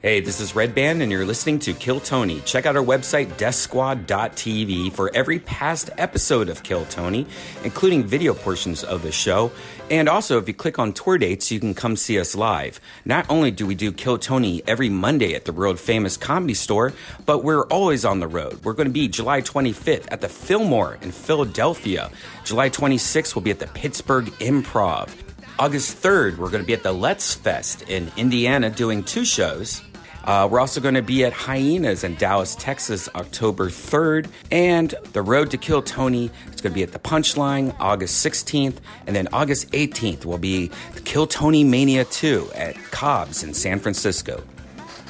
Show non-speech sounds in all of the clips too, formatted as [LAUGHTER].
Hey, this is Red Band, and you're listening to Kill Tony. Check out our website, DeathSquad.tv, for every past episode of Kill Tony, including video portions of the show. And also, if you click on tour dates, you can come see us live. Not only do we do Kill Tony every Monday at the world famous comedy store, but we're always on the road. We're going to be July 25th at the Fillmore in Philadelphia. July 26th, we'll be at the Pittsburgh Improv. August 3rd, we're going to be at the Let's Fest in Indiana doing two shows. Uh, we're also going to be at Hyenas in Dallas, Texas, October 3rd. And The Road to Kill Tony is going to be at the Punchline August 16th. And then August 18th will be the Kill Tony Mania 2 at Cobb's in San Francisco.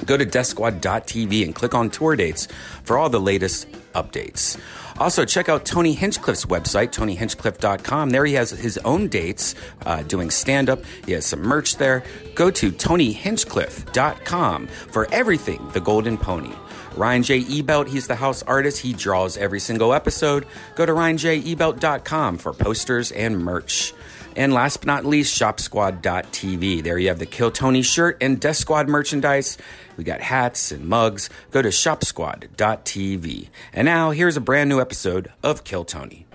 Go to DeathSquad.tv and click on tour dates for all the latest updates. Also, check out Tony Hinchcliffe's website, TonyHinchcliffe.com. There he has his own dates uh, doing stand up. He has some merch there. Go to TonyHinchcliffe.com for everything The Golden Pony. Ryan J. Ebelt, he's the house artist. He draws every single episode. Go to RyanJEbelt.com for posters and merch. And last but not least, shopsquad.tv. There you have the Kill Tony shirt and Death Squad merchandise. We got hats and mugs. Go to shopsquad.tv. And now, here's a brand new episode of Kill Tony.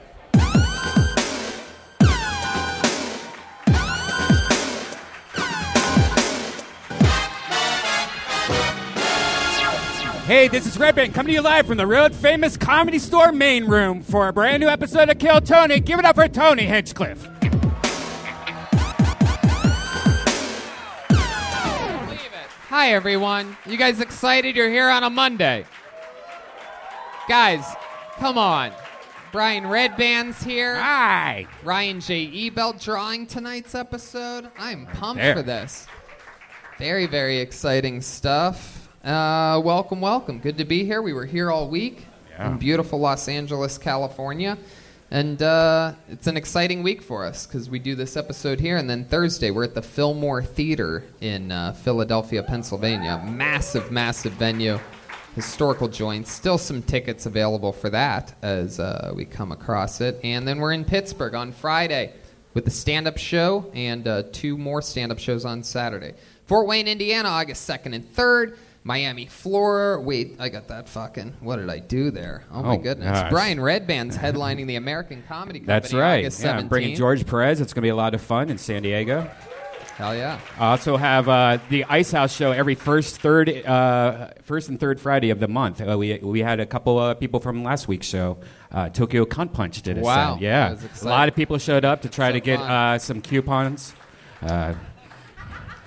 Hey, this is Red Band coming to you live from the road famous comedy store main room for a brand new episode of Kill Tony. Give it up for Tony Hinchcliffe. Hi, everyone. You guys excited? You're here on a Monday. Guys, come on. Brian Redband's here. Hi. Ryan J. Ebel drawing tonight's episode. I'm pumped There. for this. Very, very exciting stuff. Uh, welcome, welcome. Good to be here. We were here all week in beautiful Los Angeles, California. And uh, it's an exciting week for us because we do this episode here, and then Thursday we're at the Fillmore Theater in uh, Philadelphia, Pennsylvania. Massive, massive venue, historical joint. Still some tickets available for that as uh, we come across it. And then we're in Pittsburgh on Friday with the stand up show and uh, two more stand up shows on Saturday. Fort Wayne, Indiana, August 2nd and 3rd. Miami, Florida. Wait, I got that fucking. What did I do there? Oh, my Oh, goodness. gosh. Brian Redband's headlining the American Comedy Company. That's right. August Yeah, I'm 17th. bringing George Perez. It's going to be a lot of fun in San Diego. Hell yeah. I also have uh, the Ice House show every first, third, uh, first and third Friday of the month. Uh, we, we had a couple uh, people from last week's show. Uh, Tokyo Cunt Punch did a Wow, set. Yeah, that was a exciting. lot of people showed up to try So to get fun. uh, some coupons. Uh,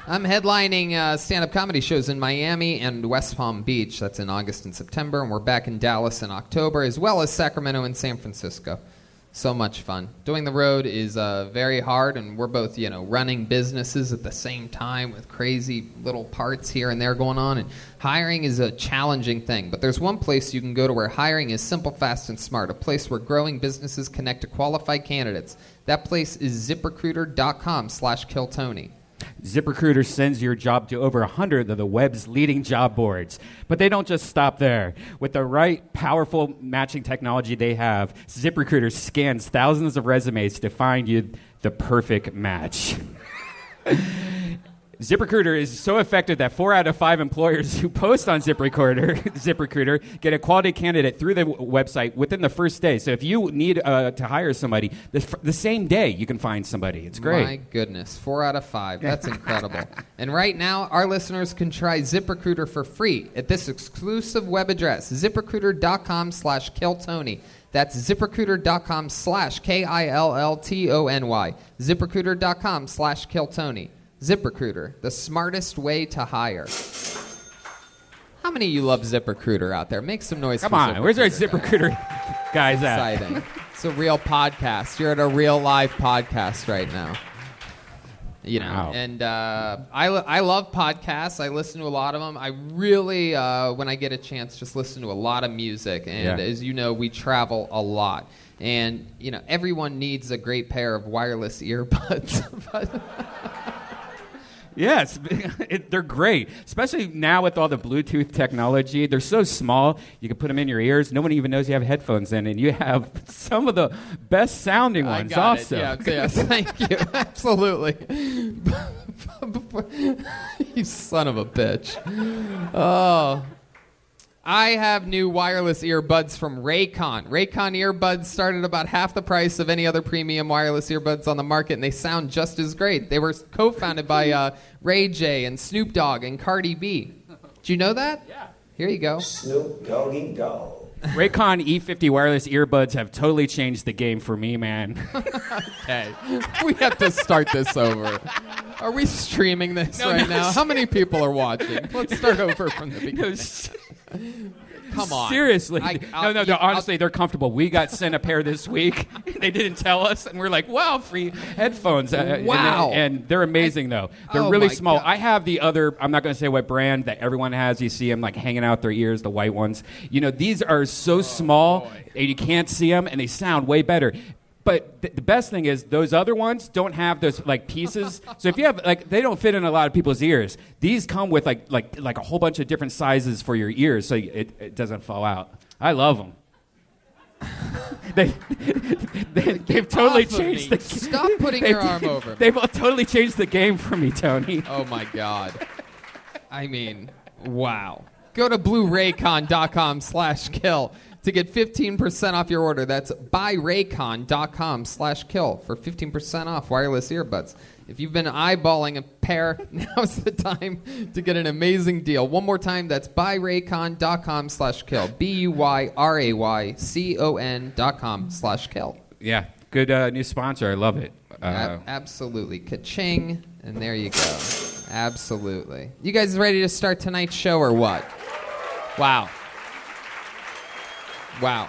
I'm headlining uh, stand up comedy shows in Miami and West Palm Beach. That's in August and September. And we're back in Dallas in October, as well as Sacramento and San Francisco. So much fun. Doing the road is uh, very hard, and we're both, you know, running businesses at the same time with crazy little parts here and there going on. And hiring is a challenging thing, but there's one place you can go to where hiring is simple, fast, and smart. A place where growing businesses connect to qualified candidates. That place is ZipRecruiter.com/slash KillTony. ZipRecruiter sends your job to over 100 of the web's leading job boards. But they don't just stop there. With the right powerful matching technology they have, ZipRecruiter scans thousands of resumes to find you the perfect match. [LAUGHS] ZipRecruiter is so effective that four out of five employers who post on ZipRecruiter, [LAUGHS] ZipRecruiter get a quality candidate through the w- website within the first day. So if you need uh, to hire somebody, the, f- the same day you can find somebody. It's great. My goodness, four out of five. That's incredible. and right now, our listeners can try ZipRecruiter for free at this exclusive web address, ziprecruiter.com slash killtony. That's ziprecruiter.com slash K-I-L-L-T-O-N-Y. ZipRecruiter.com slash killtony. ZipRecruiter, the smartest way to hire. How many of you love ZipRecruiter out there? Make some noise Come for on, where's our ZipRecruiter, ZipRecruiter [LAUGHS] guys. guys at? exciting. it's a real podcast. You're at a real live podcast right now. You know, Wow. and uh, I, lo- I love podcasts. I listen to a lot of them. I really, uh, when I get a chance, just listen to a lot of music. And Yeah. as you know, we travel a lot. And, you know, everyone needs a great pair of wireless [LAUGHS] earbuds. But- Yes, [LAUGHS] it, they're great, especially now with all the Bluetooth technology. They're so small, you can put them in your ears. No one even knows you have headphones in, and you have [LAUGHS] some of the best sounding ones. I got [LAUGHS] also, It. Yeah, yes, thank you. Absolutely. [LAUGHS] Before- [LAUGHS] you son of a bitch. Oh. I have new wireless earbuds from Raycon. Raycon earbuds started about half the price of any other premium wireless earbuds on the market, and they sound just as great. They were co founded by uh, Ray J and Snoop Dogg and Cardi B. Did you know that? Yeah. Here you go. Snoop Doggy Dog. Raycon E50 wireless earbuds have totally changed the game for me, man. [LAUGHS] [LAUGHS] Okay. We have to start [LAUGHS] this over. Are we streaming this right now? How many people are watching? Let's start over [LAUGHS] from the beginning. Come on. Seriously. I- no, I'll- no, no, I'll- honestly, they're comfortable. We got sent a pair this [LAUGHS] week. they didn't tell us, and we're like, wow, free headphones. Uh, and- Wow. And, they're amazing, though. They're Oh really my small. God. I have the other, I'm not going to say what brand that everyone has. You see them like hanging out their ears, the white ones. You know, these are Oh, so small and you can't see them, and they sound way better. But th- the best thing is those other ones don't have those like [LAUGHS] pieces. so if you have like they don't fit in a lot of people's ears. These come with like like like a whole bunch of different sizes for your ears, so it, it doesn't fall out. I love them. [LAUGHS] they, [LAUGHS] they they've totally off of changed [LAUGHS] me. the Stop [LAUGHS] putting they've- your arm over me. They've totally changed the game for me, Tony. Oh my god. I mean, wow. Go to blueraycon.com slash kill to get 15% off your order. That's buyraycon.com slash kill for 15% off wireless earbuds. If you've been eyeballing a pair, [LAUGHS] now's the time to get an amazing deal. One more time, that's buyraycon.com slash kill. B-U-Y-R-A-Y-C-O-N dot com slash kill. Yeah, good uh, new sponsor. I love it. Uh, Ab- absolutely. Ka-ching. And there you go. Absolutely. You guys ready to start tonight's show or what? Wow. Wow.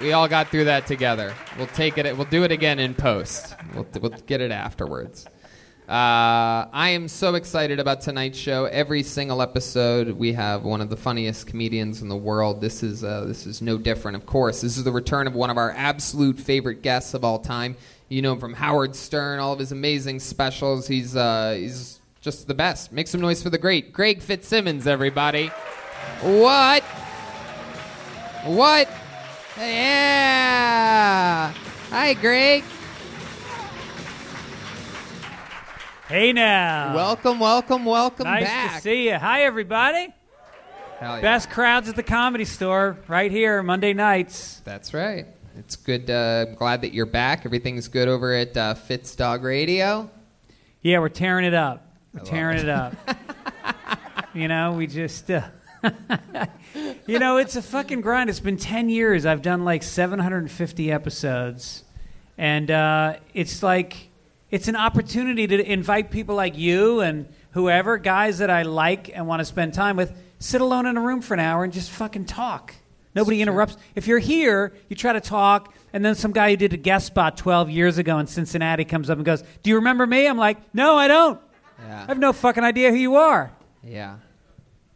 We all got through that together. We'll take it. We'll do it again in post. We'll, we'll get it afterwards. Uh, I am so excited about tonight's show. Every single episode, we have one of the funniest comedians in the world. This is uh, this is no different. Of course, this is the return of one of our absolute favorite guests of all time. You know him from Howard Stern, all of his amazing specials. He's uh, he's just the best. Make some noise for the great Greg Fitzsimmons, everybody. What? What? Yeah. Hi, Greg. Hey now. Welcome, welcome, welcome nice back. to see you. Hi everybody. Hell yeah. Best crowds at the comedy store right here Monday nights. That's right. It's good. Uh, I'm glad that you're back. Everything's good over at uh, Fitz Dog Radio. Yeah, we're tearing it up. We're love tearing it. it, up. [LAUGHS] you know, we just uh, [LAUGHS] You know, it's a fucking grind. It's been 10 years. I've done like 750 episodes. And uh, it's like it's an opportunity to invite people like you and whoever, guys that I like and want to spend time with, sit alone in a room for an hour and just fucking talk. Nobody interrupts. If you're here, you try to talk, and then some guy who did a guest spot 12 years ago in Cincinnati comes up and goes, Do you remember me? I'm like, No, I don't. I Yeah. have no fucking idea who you are. [LAUGHS] Yeah.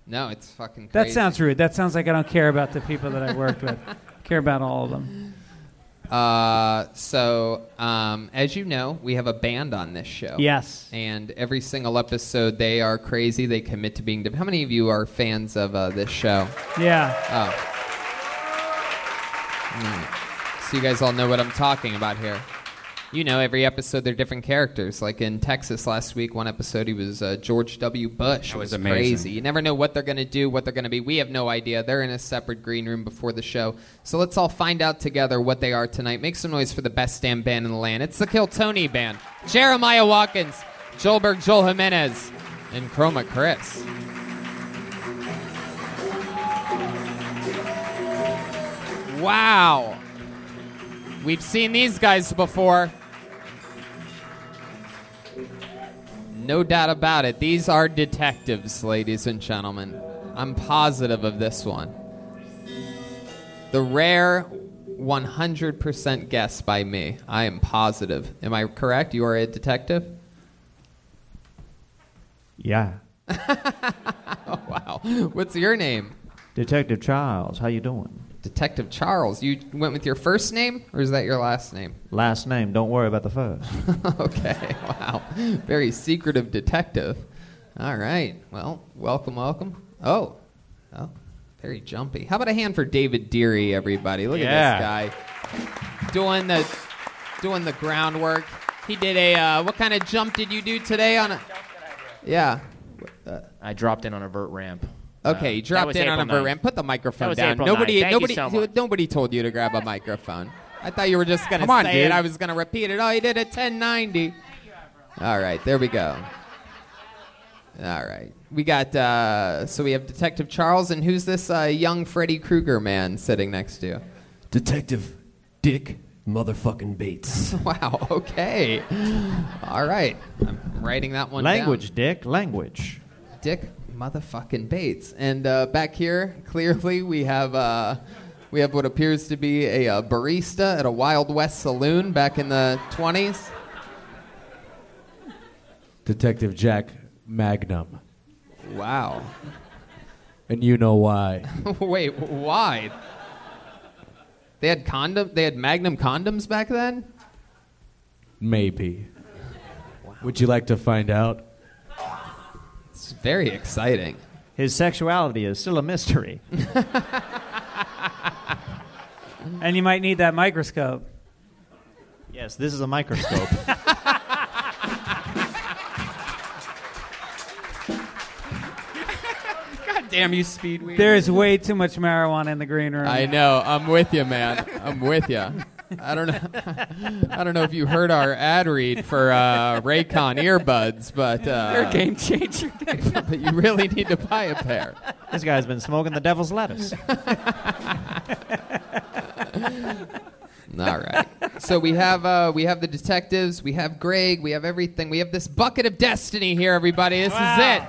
No, it's fucking That crazy. sounds rude. That sounds like I don't care about the people that I worked [LAUGHS] with. care about all of them. Uh, so, um, as you know, we have a band on this show. Yes. And every single episode, they are crazy. They commit to being. How many of you are fans of uh, this show? Yeah. Oh. Mm. So you guys all know what I'm talking about here. You know, every episode they're different characters. Like in Texas last week, one episode he was uh, George W. Bush. That it was was amazing. crazy. You never know what they're going to do, what they're going to be. We have no idea. They're in a separate green room before the show. So let's all find out together what they are tonight. Make some noise for the best damn band in the land. It's the Kill Tony Band. Jeremiah Watkins, Joelberg Joel Jimenez, and Chroma Chris. Wow. We've seen these guys before. No doubt about it. These are detectives, ladies and gentlemen. I'm positive of this one. The rare 100% guess by me. I am positive. Am I correct? You are a detective? Yeah. [LAUGHS] Wow. What's your name? Detective Charles, how you doing? Detective Charles. You went with your first name, or is that your last name? Last name, don't worry about the first. [LAUGHS] okay, wow. Very secretive detective. All right. Well, welcome, welcome. Oh, oh, very jumpy. How about a hand for David Deary, everybody? Look Yeah. at this guy doing the doing the groundwork. He did a uh, what kind of jump did you do today on a? Yeah. I dropped in on a vert ramp. Okay, Uh, you that dropped was in on a April vert 9th. ramp. Put the microphone was down. April nobody, 9th. Thank you nobody, so much. nobody told you to grab a microphone. I thought you were just gonna Come on, say it. dude. I was gonna repeat it. Oh, he did a 1090. All right, there we go. All right, we got. Uh, so we have Detective Charles, and who's this uh, young Freddy Krueger man sitting next to you? Detective Dick motherfucking Bates. [LAUGHS] Wow. Okay. All right. I'm writing that one Language, down. Dick. Language. Dick motherfucking Bates. And uh, back here, clearly, we have uh, we have what appears to be a, uh barista at a Wild West saloon back in the 20s. Detective Jack Magnum. Wow. And you know why. [LAUGHS] Wait, wh- why? They had condom. They had Magnum condoms back then. Maybe. Would you like to find out? It's very exciting. His sexuality is still a [LAUGHS] mystery. And you might need that microscope. yes, this is a microscope. God damn you, Speedweed. There is [LAUGHS] way too much marijuana in the green room. I know. I'm with you, man. I'm with you. I don't know. I don't know if you heard our ad read for uh, Raycon earbuds, but uh, game changer. [LAUGHS] but you really need to buy a pair. this guy's been smoking the devil's lettuce. [LAUGHS] All right. So we have uh, we have the detectives, we have Greg, we have everything. We have this bucket of destiny here, everybody. This is it.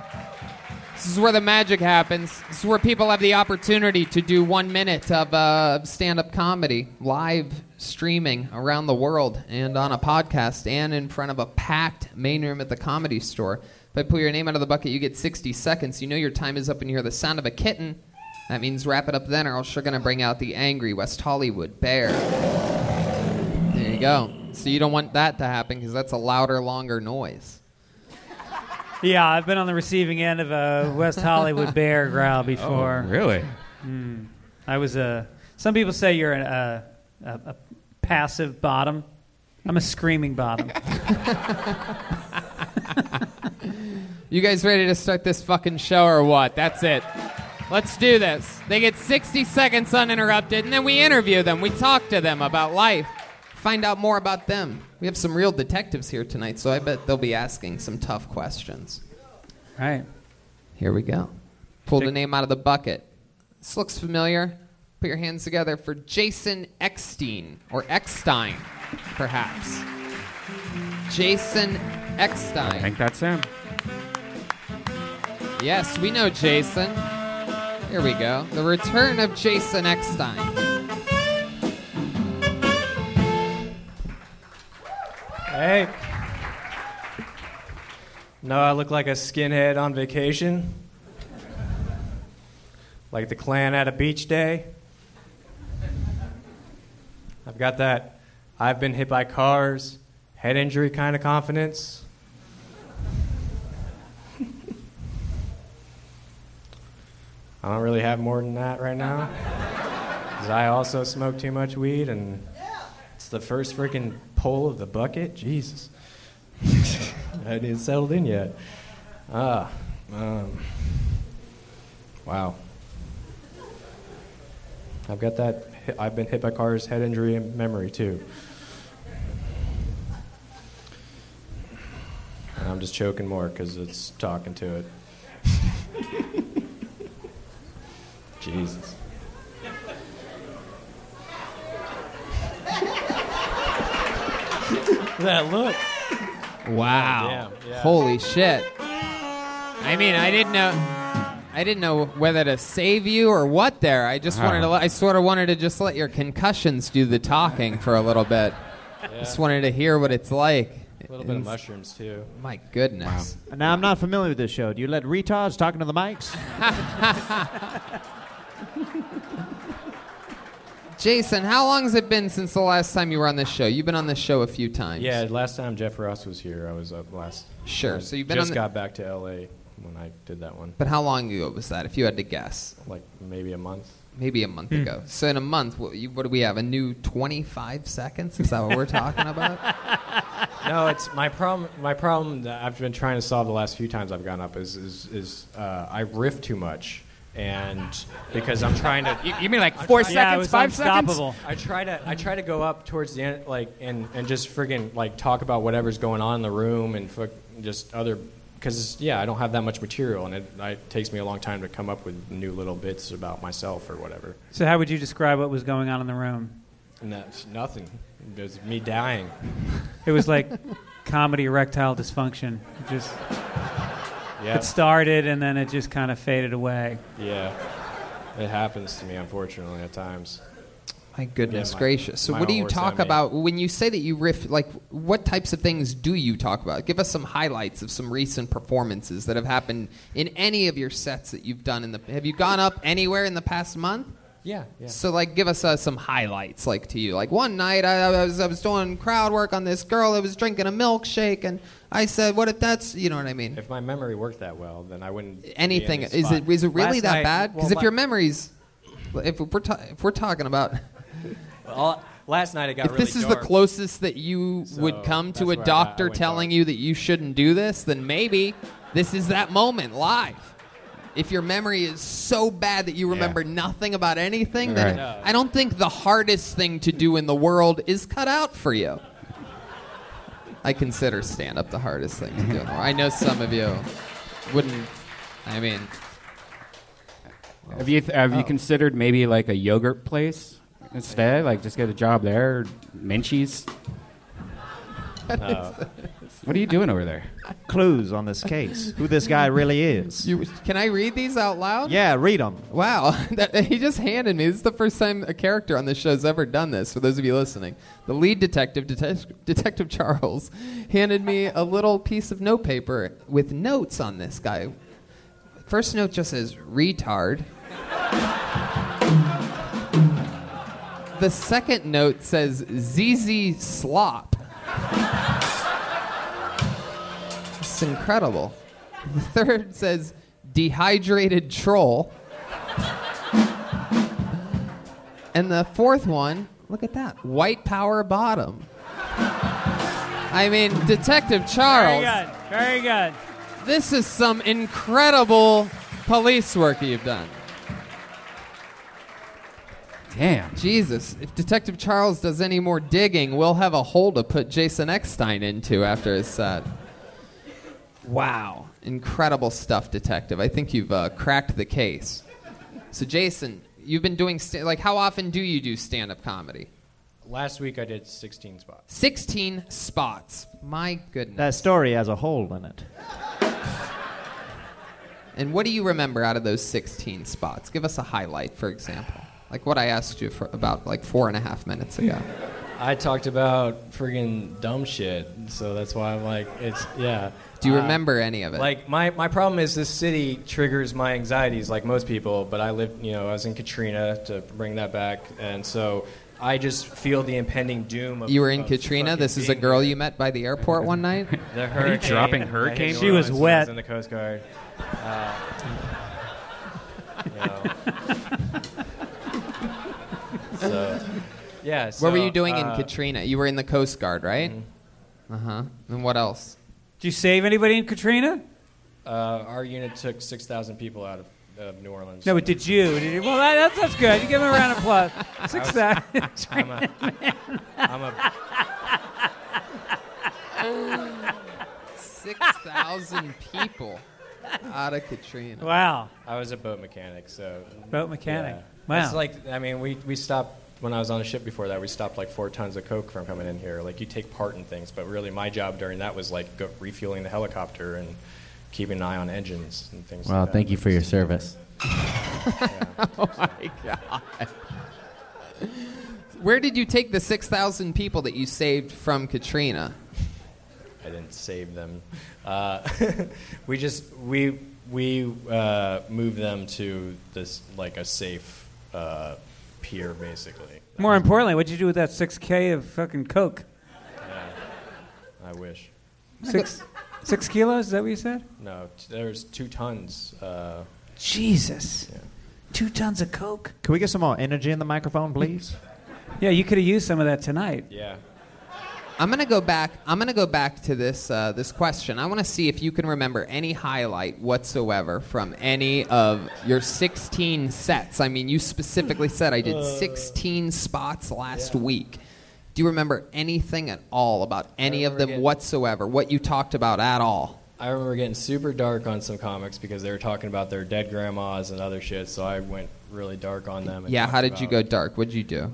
This is where the magic happens. This is where people have the opportunity to do one minute of uh, stand up comedy live streaming around the world and on a podcast and in front of a packed main room at the comedy store. If I pull your name out of the bucket, you get 60 seconds. You know your time is up when you hear the sound of a kitten. That means wrap it up then, or else you're going to bring out the angry West Hollywood bear. There you go. So you don't want that to happen because that's a louder, longer noise. [LAUGHS] Yeah, I've been on the receiving end of a West Hollywood bear Oh, growl before. really? Mm. I was a. Some people say you're an, a, a, a passive bottom. I'm a screaming bottom. [LAUGHS] You guys ready to start this fucking show or what? That's it. Let's do this. They get 60 seconds uninterrupted, and then we interview them. We talk to them about life, find out more about them. We have some real detectives here tonight, so I bet they'll be asking some tough questions. right. Here we go. Pull the name out of the bucket. This looks familiar. Put your hands together for Jason Eckstein, or Eckstein, perhaps. Jason I Eckstein. think that's him. Yes, we know Jason. Here we go. The return of Jason Eckstein. Hey. No, I look like a skinhead on vacation. Like the clan at a beach day. I've got that I've been hit by cars, head injury kind of confidence. I don't really have more than that right now. Because I also smoke too much weed and it's the first freaking pole of the bucket. Jesus. I didn't settled in yet. Ah, um, wow. I've got that. hi- I've been hit by cars, head injury, and memory too. And I'm just choking more because it's talking to it. Jesus. that look. Oh, Wow. Damn, yeah. Holy shit. I mean, I didn't know I didn't know whether to save you or what there. I just wanted to let- I sort of wanted to just let your concussions do the talking for a little bit. Just wanted to hear what it's like. A little bit of It's- mushrooms too. My goodness. now, I'm not familiar with this show. Do you let retards talking to [LAUGHS] the mics? Jason, how long has it been since the last time you were on this show? You've been on this show a few times. Yeah, last time Jeff Ross was here, I was up last. Sure, I so you've been just on the- got back to LA when I did that one, But how long ago was that if you had to guess? like maybe a month. maybe a month ago. So in a month, what, you, what do we have? A new 25 seconds? Is that what we're talking about? no, it's my problem. My problem that I've been trying to solve the last few times I've gone up is is, is uh, I riff too much, and because I'm trying to. You, you mean like four Yeah, it seconds, was five seconds? unstoppable. I try to I try to go up towards the end, like and and just friggin' like talk about whatever's going on in the room and fuck just other because yeah I don't have that much material and it, it takes me a long time to come up with new little bits about myself or whatever. So, how would you describe what was going on in the room? And that's nothing. It's me dying. It was like comedy erectile dysfunction. It just Yeah, it started and then it just kind of faded away. yeah. It happens to me unfortunately at times. My goodness Yeah, my- gracious. So, my what do you homework's on talk me. about when you say that you riff? Like, what types of things do you talk about? Give us some highlights of some recent performances that have happened in any of your sets that you've done in the. Have you gone up anywhere in the past month? Yeah, yeah. So, like, give us uh, some highlights, like to you. Like one night, I, I was I was doing crowd work on this girl. I was drinking a milkshake, and I said, "What if that's?" You know what I mean? If my memory worked that well, then I wouldn't. be in anything this is spot. it is it really Last that night- bad? Because well, if your la- memories, if we're ta- if we're talking about. well, last night it got If really this is dark. the closest that you would So, come that's to a where I- I doctor went telling dark. you that you shouldn't do this, then maybe this is that moment live. If your memory is so bad that you remember nothing about anything, then Right. I don't think the hardest thing to do in the world is cut out for you. I consider stand up the hardest thing to do. in the world. I know some of you wouldn't. [LAUGHS] I mean, Have you th- have you considered maybe like a yogurt place instead? Like just get a job there, or Minchie's. what are you doing over there? Uh, Clues on this case. Who this guy really is. you, can I read these [LAUGHS] out loud? Yeah, read them. Wow, [LAUGHS] that, he just handed me. This is the first time a character on this show's ever done this. For those of you listening, the lead detective, detec- Detective Charles, handed me a little piece of notepaper with notes on this guy. First note just says "retard." the second note says "ZZ slop." it's incredible. The third says dehydrated troll. and the fourth one, look at that white power bottom. I mean, Detective Very Charles, good. Very good. this is some incredible police work you've done. Damn. Jesus, if Detective Charles does any more digging, we'll have a hole to put Jason Eckstein into after his set. Wow. Incredible stuff, Detective. I think you've uh, cracked the case. So, Jason, you've been doing, sta- like, how often do you do stand up comedy? Last week I did 16 spots. 16 spots. My goodness. That story has a hole in it. and what do you remember out of those 16 spots? Give us a highlight, for example. Like what I asked you for about like four and a half minutes ago. I talked about friggin' dumb shit, so that's why I'm like, it's yeah. Do you Uh, remember any of it? Like my, my problem is this city triggers my anxieties like most people, but I lived you know I was in Katrina to bring that back, and so I just feel the impending doom. of You were in of Katrina. fucking This is a being girl you met by the airport one night. here. [LAUGHS] The hurricane. dropping I hit hurricane? New She was Orleans when I wet. in the Coast Guard. Uh, [LAUGHS] you know. so, yeah. [LAUGHS] what were so, you doing in uh, Mm-hmm. Katrina? You were in the Coast Guard, right? Uh huh. And what else? Did you save anybody in Katrina? Uh, our unit took 6,000 people out of, of New Orleans. No, but did you? Did you? Well, that, that's, that's good. You give him a round [LAUGHS] of applause. Six thousand. I'm a, [LAUGHS] I'm a, Six thousand [LAUGHS] people out of Katrina. Wow. I was a boat mechanic, so. Boat mechanic. yeah. Wow. It's like, I mean, we, we stopped, when I was on a ship before that, we stopped like four tons of coke from coming in here. Like, you take part in things, but really my job during that was like go, refueling the helicopter and keeping an eye on engines and things Well, like that. thank you for your service. [LAUGHS] Where did you take the six thousand people that you saved from Katrina? I didn't save them. Uh, [LAUGHS] we just, we, we uh, moved them to this, like a safe uh, pier, basically. More importantly, what'd you do with that six k of fucking coke? I wish. Six, six kilos? Is that what you said? No, t- there's two tons. Uh, Jesus. Two tons of coke. Can we [LAUGHS] get some more energy in the microphone, please? Yeah, you could have used some of that tonight. yeah. I'm gonna go back. I'm gonna go back to this uh, this question. I want to see if you can remember any highlight whatsoever from any of your 16 sets. I mean, you specifically said I did 16 spots last week. Do you remember anything at all about any of them whatsoever? What you talked about at all? I remember getting super dark on some comics because they were talking about their dead grandmas and other shit, so I went really dark on them. And yeah. talked How did you about- go dark? What'd [LAUGHS] you do?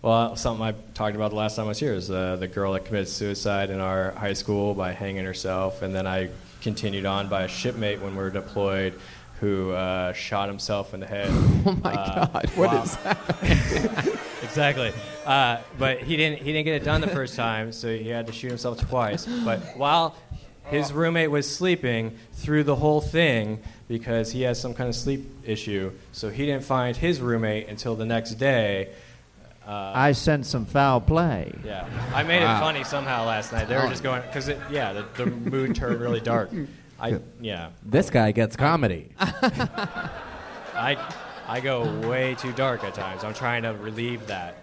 Well, something I talked about the last time I was here is uh, the girl that committed suicide in our high school by hanging herself, and then I continued on by a shipmate when we were deployed who uh, shot himself in the head. Uh, [LAUGHS] Oh my God! What is that? [LAUGHS] exactly. Uh, but he didn't. He didn't get it done the first time, so he had to shoot himself twice. But while his roommate was sleeping through the whole thing because he has some kind of sleep issue, so he didn't find his roommate until the next day. Uh, I sense some foul play. Yeah, I made it funny somehow last night. They were just going because it. Yeah, the, the mood turned really dark. I yeah. This guy gets comedy. I I go way too dark at times. I'm trying to relieve that.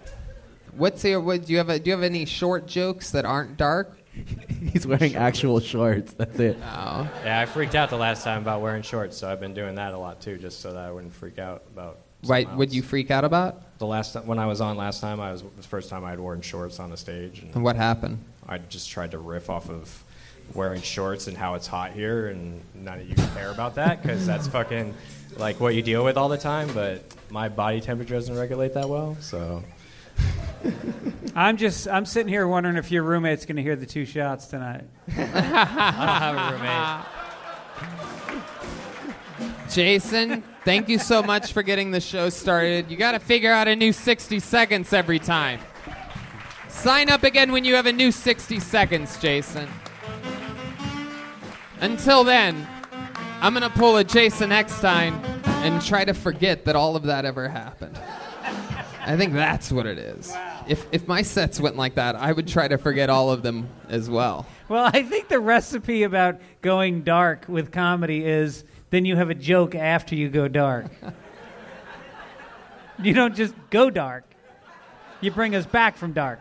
What's your? What do you have? A, do you have any short jokes that aren't dark? [LAUGHS] He's wearing actual shorts. That's it. Oh. Yeah, I freaked out the last time about wearing shorts, so I've been doing that a lot too, just so that I wouldn't freak out about. Right? something Would you else. freak out about? The last ti- when I was on last time, I was the first time I had worn shorts on the stage, and And what happened? I just tried to riff off of wearing shorts and how it's hot here, and none of you care about that because that's fucking like what you deal with all the time. But my body temperature doesn't regulate that well, so [LAUGHS] I'm just I'm sitting here wondering if your roommate's going to hear the two shots tonight. I don't have a roommate. Jason, thank you so much for getting the show started. You got to figure out a new 60 seconds every time. Sign up again when you have a new 60 seconds, Jason. Until then, I'm going to pull a Jason Eckstein and try to forget that all of that ever happened. I think that's what it is. If, if my sets went like that, I would try to forget all of them as well. Well, I think the recipe about going dark with comedy is then you have a joke after you go dark. you don't just go dark. You bring us back from dark.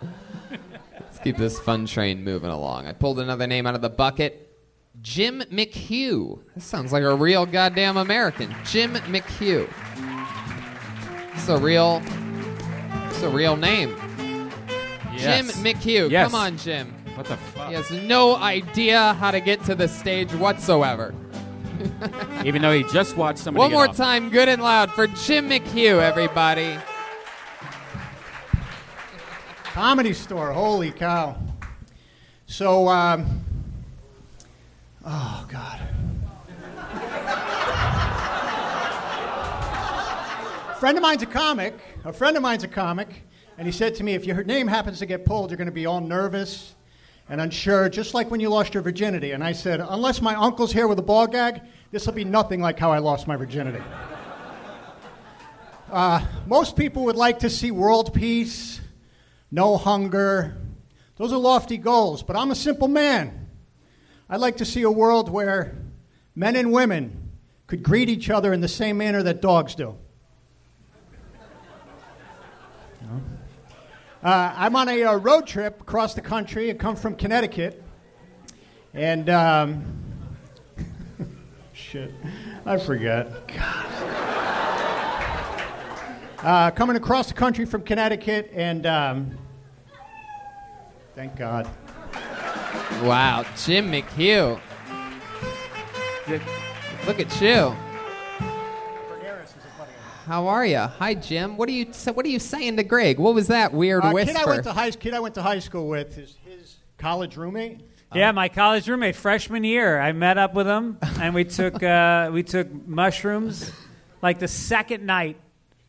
Let's keep this fun train moving along. I pulled another name out of the bucket. Jim McHugh. This sounds like a real goddamn American. Jim McHugh. It's a real it's a real name. Jim McHugh. Yes. Come on, Jim. What the fuck? He has no idea how to get to the stage whatsoever. Even though he just watched somebody. One get more off. time, good and loud for Jim McHugh, everybody. Comedy Store. Holy cow! So, um, oh god. a friend of mine's a comic. A friend of mine's a comic, and he said to me, "If your name happens to get pulled, you're going to be all nervous and unsure, just like when you lost your virginity." And I said, "Unless my uncle's here with a ball gag, this will be nothing like how I lost my virginity." Uh, Most people would like to see world peace, no hunger. Those are lofty goals, but I'm a simple man. I'd like to see a world where men and women could greet each other in the same manner that dogs do. Uh, I'm on a uh, road trip across the country. I come from Connecticut. And, um, [LAUGHS] shit, I forgot. uh, coming across the country from Connecticut, and um, thank God. Uh, Wow, Jim McHugh. Look at you. How are you? Hi, Jim. What are you? So what are you saying to Greg? What was that weird Uh, kid, whisper? I went to high, kid I went to high school with is his college roommate. yeah, my college roommate, freshman year, I met up with him and we took uh, we took mushrooms. Like the second night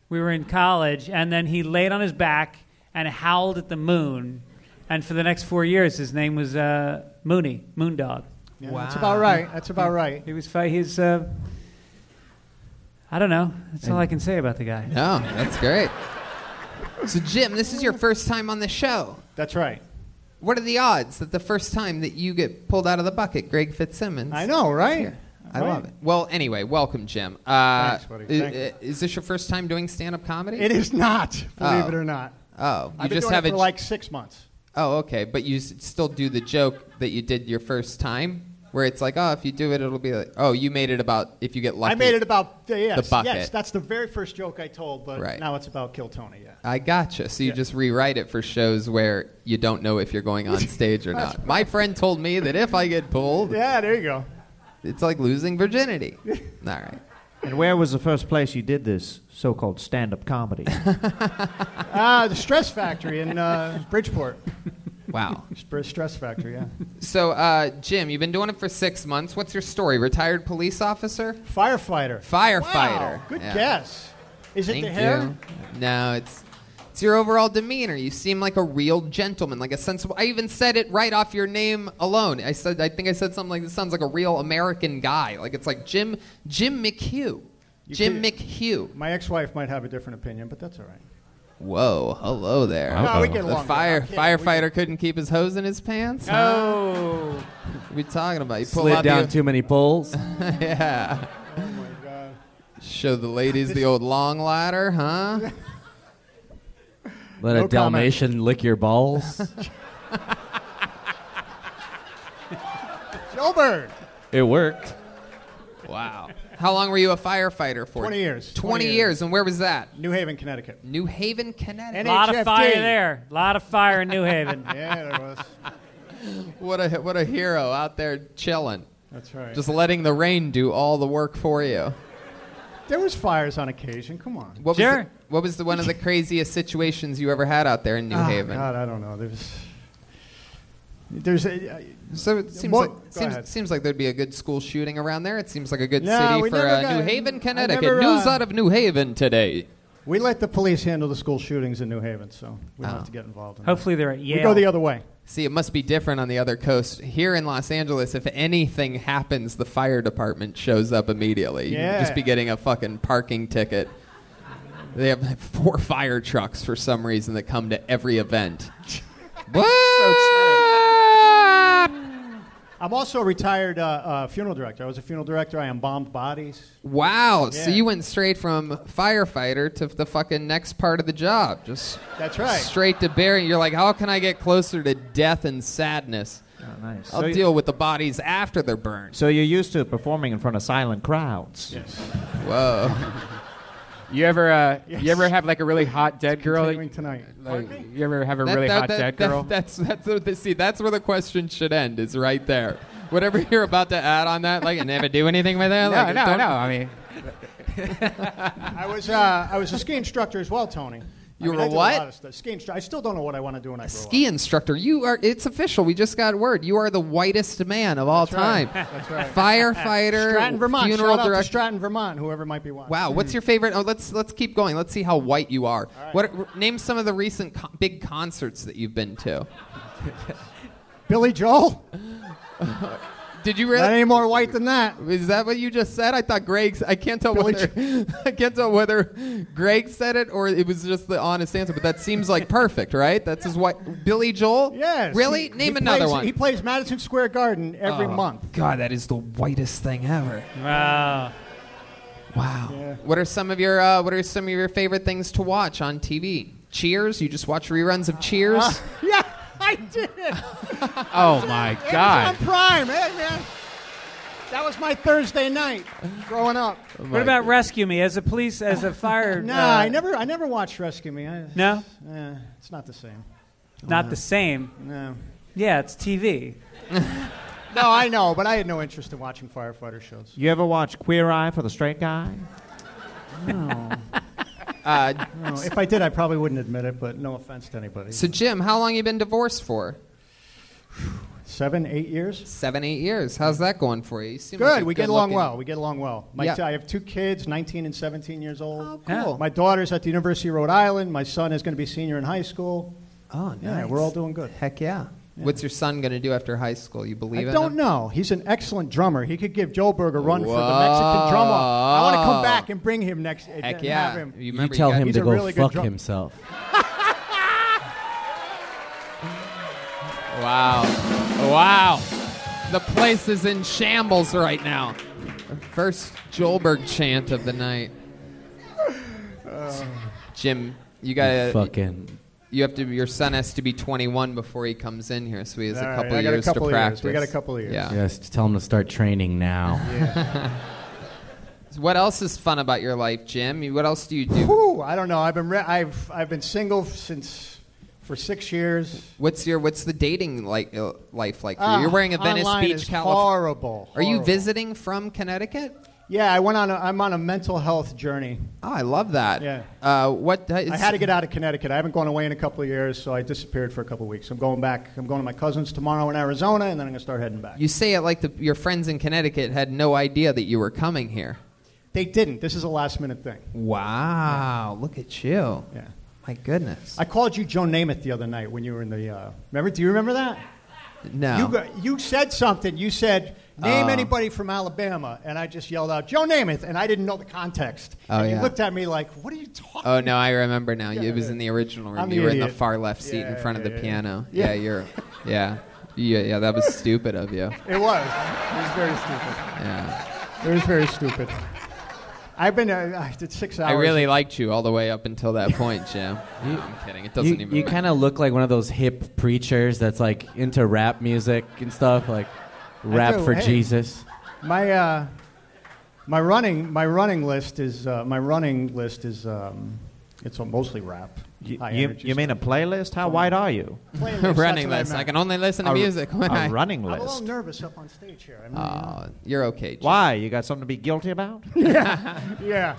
we were in college, and then he laid on his back and howled at the moon. And for the next four years, his name was uh, Mooney, Moondog. Yeah, That's Ah. about right. That's about right. He was fi- he's uh, I don't know. That's all I can say about the [LAUGHS] guy. No, Oh, that's great. So, Jim, this is your first time on the show. That's right. What are the odds that the first time that you get pulled out of the bucket, Greg Fitzsimmons? I know, right? I Right. love it. Well, anyway, welcome, Jim. Uh, Thanks, buddy. i- Thank you. i- Is this your first time doing stand-up comedy? It is not, believe Oh. it or not. Oh, you I've been just doing have it a for j- like six months. Oh, okay. But you s- still do the joke that you did your first time, where it's like, oh, if you do it, it'll be like, oh, you made it about if you get lucky. I made it about uh, yes, the bucket. yes. That's the very first joke I told, but Right. now it's about Kill Tony. Yeah. I gotcha. So you just rewrite it for shows where you don't know if you're going [LAUGHS] on stage or not. My friend told me that if I get pulled, Yeah, there you go. it's like [LAUGHS] losing virginity. All right. And where was the first place you did this so-called stand-up comedy? Ah, the Stress Factory in uh, Bridgeport. [LAUGHS] Wow. Sp- Stress Factory, yeah. So, uh, Jim, you've been doing it for six months. What's your story? Retired police officer? Firefighter. Firefighter. Wow, Oh, good Yeah. guess. Is it Thank the hair? you. No, it's it's your overall demeanor. You seem like a real gentleman, like a sensible. I even said it right off your name alone. I said, I think I said something like, "This sounds like a real American guy." Like it's like Jim Jim McHugh, Jim could- McHugh. My ex-wife might have a different opinion, but that's all right. [LAUGHS] Whoa, hello there. Oh, No, Oh, we get the along good. fire I'm kidding. firefighter couldn't keep his hose in his pants. Oh. What are we talking about? You pull Slid out down the, [LAUGHS] too many poles. yeah. Oh my God. Show the ladies the old long ladder, huh? Let No a comment. Dalmatian lick your balls. Joburg. it worked. Wow. How long were you a firefighter for? 20 years. 20 years. And where was that? New Haven, Connecticut. New Haven, Connecticut. A lot NHFD. of fire there. A lot of fire in New Haven. [LAUGHS] Yeah, there was. What a what a hero out there chilling, That's right. just letting the rain do all the work for you. there was fires on occasion. Come on. What Was Sure. the, what was the, one of the craziest situations you ever had out there in New Oh, Haven? God, I don't know. There's. There's a. I- So it seems What- like go ahead. seems, seems like there'd be a good school shooting around there. It seems like a good No, city we for never uh, got- New Haven, I Connecticut. never, News uh, out of New Haven today. we let the police handle the school shootings in New Haven, so we don't have to get involved. In that. Hopefully they're at Yale. we go the other way. Oh. See, it must be different on the other coast. Here in Los Angeles, if anything happens, the fire department shows up immediately. You could just Yeah. be getting a fucking parking ticket. They have like four fire trucks for some reason that come to every [LAUGHS] event. what? I'm also a retired uh, uh, funeral director. I was a funeral director. I embalmed bodies. Wow. So Yeah. you went straight from firefighter to the fucking next part of the job. Just That's right. straight to burying. You're like, how can I get closer to death and sadness? Oh, nice. I'll So, deal with the bodies after they're burned. so you're used to performing in front of silent crowds. Whoa. [LAUGHS] You ever, uh, you Yes. ever have like a really hot dead girl? that- Continuing tonight. like, you ever have a really hot dead that- girl? that's that's what they, see. That's where the question should end. Is right there. Whatever you're about to add on that, like, never do anything with that. no, like, no, don't- no. I mean, I was uh, I was a ski instructor as well, Tony. You I mean, were I did what? A lot of stuff. Ski instructor. I still don't know what I want to do when I grow Ski up. instructor, you are. It's official. We just got word. You are the whitest man of all time. That's right. Firefighter, Stratton, Vermont. funeral Shout out to director. Stratton, Vermont. Whoever might be watching. Wow, what's your favorite? Oh, let's let's keep going. Let's see how white you are. What r- name some of the recent co- big concerts that you've been to? Billy Joel. [LAUGHS] Did you Not really? any more white than that. Is that what you just said? I thought Greg. I can't tell Billy whether [LAUGHS] I can't tell whether Greg said it or it was just the honest answer. But that seems like perfect, right? That's his white. Billy Joel. [LAUGHS] Yes. Really? He- Name he another plays- one. Oh. He plays Madison Square Garden every month. God, that is the whitest thing ever. Wow. Wow. What are some of your uh, What are some of your favorite things to watch on TV? Cheers. You just watch reruns of Cheers. [LAUGHS] Yeah, I did. oh my Amazon god. Prime. Hey, man. That was my Thursday night growing up. What about Rescue Me? As a police, as a fire. [LAUGHS] No, uh, I never, I never watched Rescue Me. I, No, Eh, it's not the same. not the same. No. Yeah, it's TV. [LAUGHS] No, I know, but I had no interest in watching firefighter shows. You ever watch Queer Eye for the Straight Guy? Uh, No, if I did, I probably wouldn't admit it. But no offense to anybody. so Jim, how long you been divorced for? Seven, eight years. Seven, eight years. How's that going for you? you seem like Good. a We get along good-looking- well. We get along well. My Yeah. t- I have two kids, 19 and 17 years old. Oh, Yeah. cool. My daughter's at the University of Rhode Island. My son is going to be senior in high school. Oh, nice. Yeah, we're all doing good. Heck yeah. What's your son going to do after high school? You believe in I him? don't know. He's an excellent drummer. He could give Joburg a run for the Whoa. Mexican drummer. I want to come back and bring him next. Heck and yeah. Have him. You remember tell got- him he's to a go really good fuck drum- himself. Wow. Wow. The place is in shambles right now. First Joelberg chant of the night. Jim, you got to. Fucking You have to. Your son has to be 21 before he comes in here, so he has All a right, couple I got a years couple to of years. practice. We got a couple of years. Yeah. Yes, tell him to start training now. So what else is fun about your life, Jim? You- What else do you do? Whew, I don't know. I've been re- I've I've been single since for six years. What's your What's the dating like uh, life like? For you? Ah, You're wearing a Venice online Beach, is California. horrible, Are you horrible. visiting from Connecticut? Yeah, I went on. A, I'm on a mental health journey. Oh, I love that. Yeah. Uh, what? I had to get out of Connecticut. I haven't gone away in a couple of years, so I disappeared for a couple of weeks. I'm going back. I'm going to my cousins tomorrow in Arizona, and then I'm gonna start heading back. You say it like the, your friends in Connecticut had no idea that you were coming here. They didn't. This is a last minute thing. Wow! Look at you. Yeah. My goodness. I called you Joe Namath the other night when you were in the. Uh, remember? Do you remember that? No. Um, You go, you said something. You said name Oh. anybody from Alabama, and I just yelled out Joe Namath, and I didn't know the context. Oh, and yeah. You looked at me like, what are you talking? Oh no, I remember now. it was in the original room. I'm the you were in the idiot. far left seat in front of the [LAUGHS] piano. Yeah. Yeah, you're. Yeah. yeah, yeah. That was stupid of you. It was. It was very stupid. Yeah. It was very stupid. I've been. Uh, I did six hours. I really liked you all the way up until that point, Jim. No, I'm kidding. It doesn't you, even. You matter. kind of look like one of those hip preachers that's like into rap music and stuff, like rap do, for hey. Jesus. My uh, my running my running list is uh, my running list is um, it's mostly rap. You, High [LAUGHS] you, energy you mean a playlist? How wide are you? Playlist, that's running what I list. I meant. can only listen to A- music. When I, A running I'm a little list. Ah. nervous up on stage here. I'm Oh, you're okay. Jim. Why? You got something to be guilty about? yeah.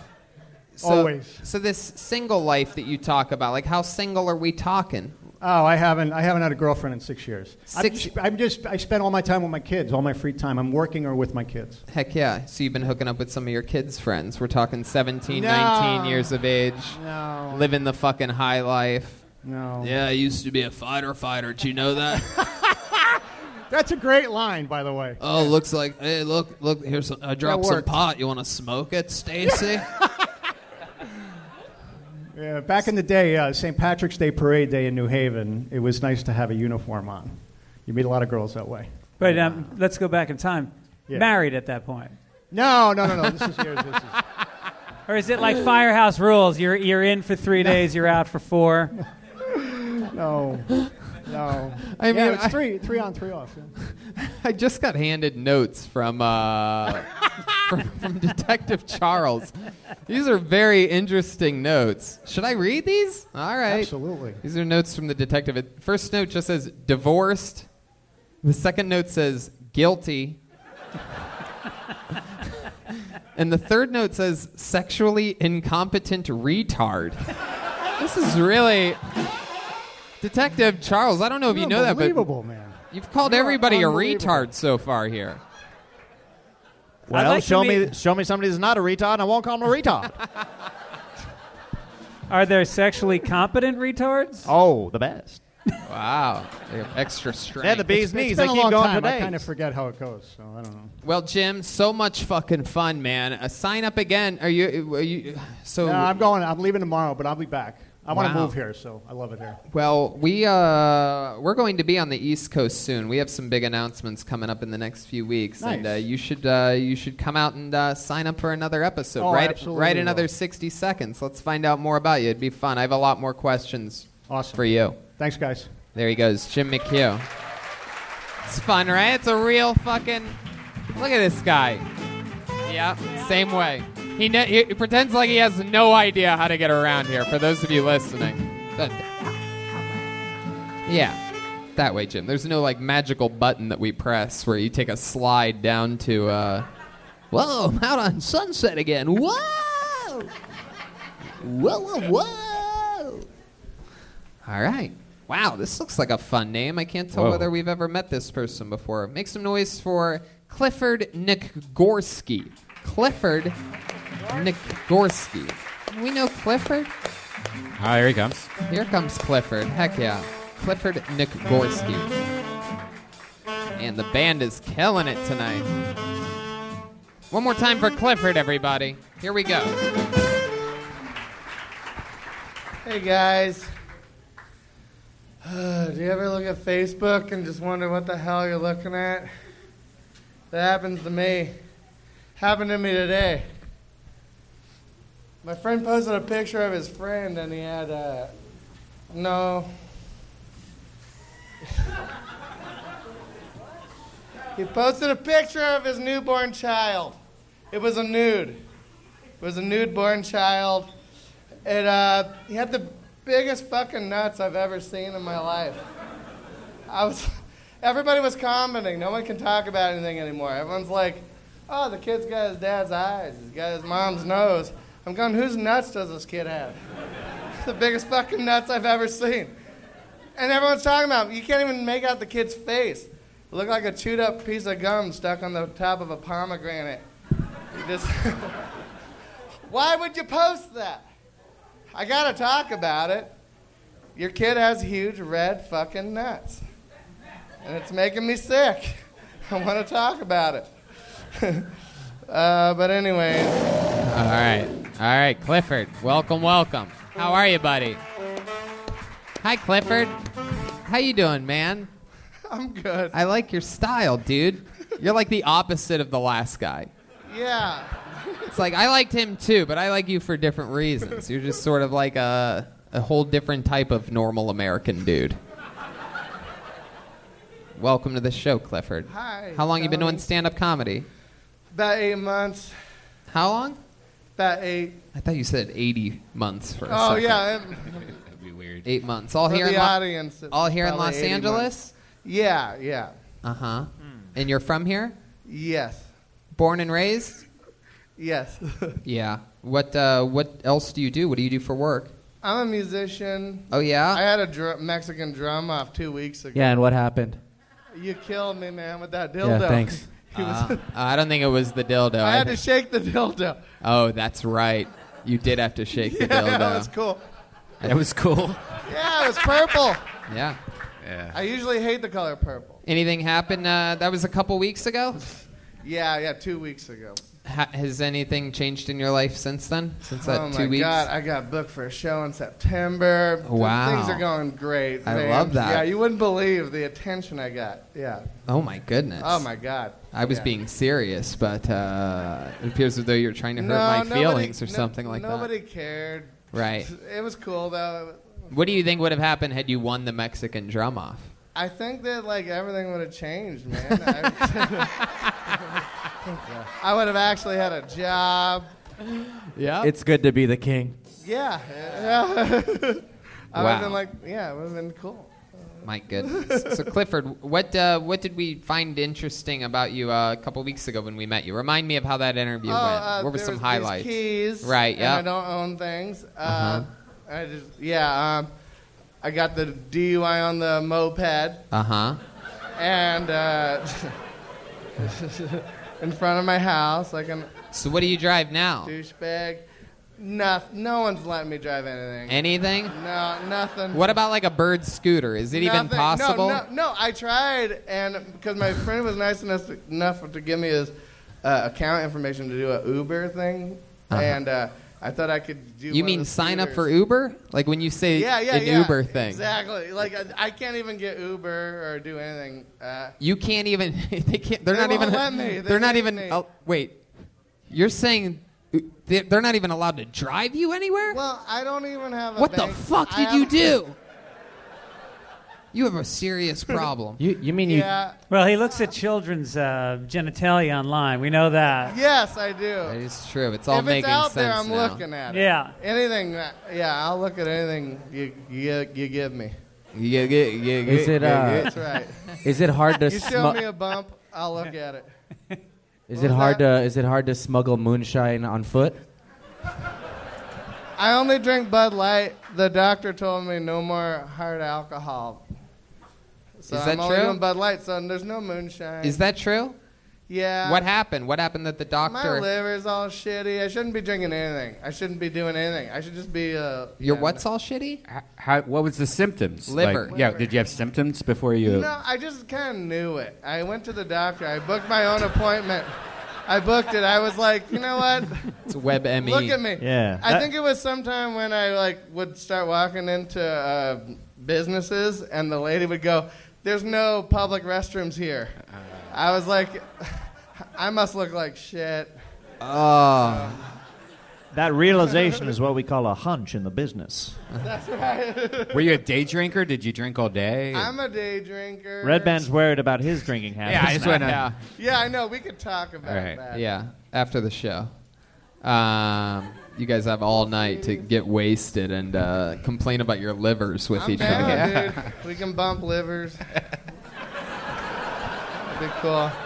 So, Always. So this single life that you talk about, like how single are we talking? Oh, I haven't. I haven't had a girlfriend in six years. I'm, Six- just, I'm just. I spend all my time with my kids. All my free time. I'm working or with my kids. Heck yeah. So you've been hooking up with some of your kids' friends. We're talking 17, No. 19 years of age, No. living the fucking high life. No. Yeah, I used to be a fighter fighter. Do you know that? That's a great line, by the way. oh, looks like hey, look, look. Here's I dropped some worked. pot. You want to smoke it, Stacy? Yeah, back in the day, uh, St. Patrick's Day parade day in New Haven. It was nice to have a uniform on. You meet a lot of girls that way. But um, let's go back in time. Yeah. Married at that point, No, no, no, no. [LAUGHS] This is yours. This [LAUGHS] is. or is it like [LAUGHS] Firehouse rules? You're you're in for three days, you're out for four. [LAUGHS] No, no. I yeah, mean, it's I- three, three on, three off. yeah. [LAUGHS] I just got handed notes from, uh, [LAUGHS] from from Detective Charles. These are very interesting notes. Should I read these? All right. Absolutely. These are notes from the detective. It- First note just says divorced. The second note says guilty. [LAUGHS] and the third note says sexually incompetent retard. this is really Detective Charles, I don't know if you know that, but Unbelievable, man. You've called everybody a retard so far here. Well, like to show meet- me show me somebody who's not a retard, and I won't call him a retard. Are there sexually competent retards? oh, the best. [LAUGHS] Wow. They have extra strength. They're the bee's It's knees. been They a keep long going time. I today. kind of forget how it goes, so I don't know. Well, Jim, so much fucking fun, man. Uh, sign up again. Are you? Are you uh, so No, I'm going. Oh, I'm leaving tomorrow, but I'll be back. I want to Wow. move here, so I love it here. well, we uh, we're going to be on the East Coast soon. We have some big announcements coming up in the next few weeks, and uh, Nice. you should uh, you should come out and uh, sign up for another episode. Oh, I right, absolutely right. will. Another sixty seconds. Let's find out more about you. It'd be fun. I have a lot more questions Awesome. for you. Thanks, guys. There he goes, Jim McHugh. [LAUGHS] It's fun, right? It's a real fucking. Look at this guy. Yeah, same way. He, ne- he pretends like he has no idea how to get around here. For those of you listening, That- yeah, that way, Jim. There's no like magical button that we press where you take a slide down to. Uh, Whoa! I'm out on Sunset again. Whoa! Whoa! Whoa! Whoa! All right. Wow, this looks like a fun name. I can't tell Whoa. whether we've ever met this person before. Make some noise for Clifford Nikgorski. Clifford Nikgorski. We know Clifford. Ah, here he comes. Here comes Clifford. Heck yeah. Clifford Nikgorski. And the band is killing it tonight. One more time for Clifford, everybody. Here we go. Hey guys. [SIGHS] do you ever look at Facebook and just wonder what the hell you're looking at? That happens to me. Happened to me today. My friend posted a picture of his friend and he had uh, No. [LAUGHS] he posted a picture of his newborn child. It was a nude. It was a nude born child. And uh, he had the biggest fucking nuts I've ever seen in my life. I was, [LAUGHS] everybody was commenting. No one can talk about anything anymore. Everyone's like, oh, the kid's got his dad's eyes. He's got his mom's nose. I'm going, whose nuts does this kid have? [LAUGHS] the biggest fucking nuts I've ever seen. And everyone's talking about him. You can't even make out the kid's face. It looked like a chewed up piece of gum stuck on the top of a pomegranate. You just [LAUGHS] Why would you post that? I gotta talk about it. Your kid has huge red fucking nuts. And it's making me sick. [LAUGHS] I wanna talk about it. [LAUGHS] uh, but anyway. All right. All right, Clifford. Welcome, welcome. How are you, buddy? Hi, Clifford. How you doing, man? I'm good. I like your style, dude. You're like the opposite of the last guy. Yeah. It's like I liked him too, but I like you for different reasons. You're just sort of like a a whole different type of normal American dude. Welcome to the show, Clifford. Hi, How long you been Tony. doing stand-up comedy? About eight months. How long? About eight. I thought you said 80 months for a Oh second. yeah. That'd be weird. Eight months. All For here the in Lo- audience, it's all here in probably Los 80 Angeles. Yeah, yeah. Uh huh. And you're from here? Yes. Born and raised? Yes. [LAUGHS] Yeah. What uh, What else do you do? What do you do for work? I'm a musician. Oh yeah. I had a dr- Mexican drum off two weeks ago. Yeah, and what happened? You killed me, man, with that dildo. Yeah, thanks. [LAUGHS] He was- [LAUGHS] Uh, I don't think it was the dildo. I had to shake the dildo. Oh, that's right. You did have to shake [LAUGHS] the Yeah, dildo. that was cool. That was cool. Yeah, it was purple. [LAUGHS] yeah. I usually hate the color purple. Anything happen? Uh, that was a couple weeks ago. Yeah, yeah, two weeks ago. Ha- has anything changed in your life since then? Since that oh two my weeks? god, I got booked for a show in September. Wow. Things are going great. I man. love that. Yeah, you wouldn't believe the attention I got. Yeah. Oh my goodness. Oh my god. I was Yeah. being serious, but uh, it appears as though you're trying to hurt No, my nobody- feelings or no- something like that. Nobody cared. [LAUGHS] Right. It was cool though. What do you think would have happened had you won the Mexican drum off? I think that like everything would have changed, [LAUGHS] man. I, [LAUGHS] I would have actually had a job. Yeah. It's good to be the king. [LAUGHS] Yeah. yeah. I would Wow. have been like, yeah, it would have been cool. My goodness. so Clifford, what uh, what did we find interesting about you uh, a couple weeks ago when we met you? Remind me of how that interview went. uh, what were there some was these highlights? keys, right. and Yeah. I don't own things. Uh, Uh-huh. I just yeah. Um, I got the DUI on the moped, Uh huh. and uh, [LAUGHS] in front of my house, like an So what do you drive now? douchebag. No, no one's letting me drive anything. Anything? No, nothing. What about like a bird scooter? Is it even Nothing. possible? No, no, no, I tried, and because my friend was nice enough to, enough to give me his uh, account information to do a Uber thing, Uh-huh. and uh, I thought I could do. You one mean of the sign up scooters. for Uber? Like when you say Yeah, yeah, an yeah, Uber thing. Exactly. Like I, I can't even get Uber or do anything. Uh, You can't even. [LAUGHS] They can't. They're They not won't even. [LAUGHS] let me. They They are not hate even. me. oh, wait. You're saying they- they're not even allowed to drive you anywhere? well, I don't even have. A What the bank. fuck Oh, I did you haven't- do? You have a serious problem. [LAUGHS] you you mean Yeah. Well, he looks at children's uh, genitalia online. We know [LAUGHS] that. Yes, I do. It's true. It's all if it's making out sense there, I'm now. looking at it. Yeah. Anything. that- Yeah, I'll look at anything you you, you give me. Yeah, yeah, yeah, yeah, Is it, yeah, uh, yeah. That's right. is it hard to You show smu- me a bump, I'll look at it. is it hard to is it hard to smuggle moonshine on foot? I only drink Bud Light. The doctor told me no more hard alcohol. So Is that I'm only true? doing Bud Light, so there's no moonshine. Is that true? Yeah. What happened? What happened that the My doctor? liver's all shitty. I shouldn't be drinking anything. I shouldn't be doing anything. I should just be. Uh, your yeah, what's all shitty? How, what was the symptoms? Liver. Like, yeah. Did you have symptoms before you? No, I just kind of knew it. I went to the doctor. I booked my own appointment. I booked it. I was like, you know what? It's WebME. Look at me. Yeah. I That- think it was sometime when I like would start walking into uh, businesses, and the lady would go, "There's no public restrooms here." I [LAUGHS] Ah. was like, I must look like shit. Oh. That realization is what we call a hunch in the business. That's right. [LAUGHS] [LAUGHS] Were you a day drinker? Did you drink all day? I'm a day drinker. Red Band's worried about his [LAUGHS] drinking habits. Yeah, I just now. wanna- Yeah. Yeah, I know. We could talk about that. Yeah, after the show. Um, you guys have all night to get wasted and uh, complain about your livers with I'm each down, other. [LAUGHS] dude. We can bump livers. Be cool. [LAUGHS]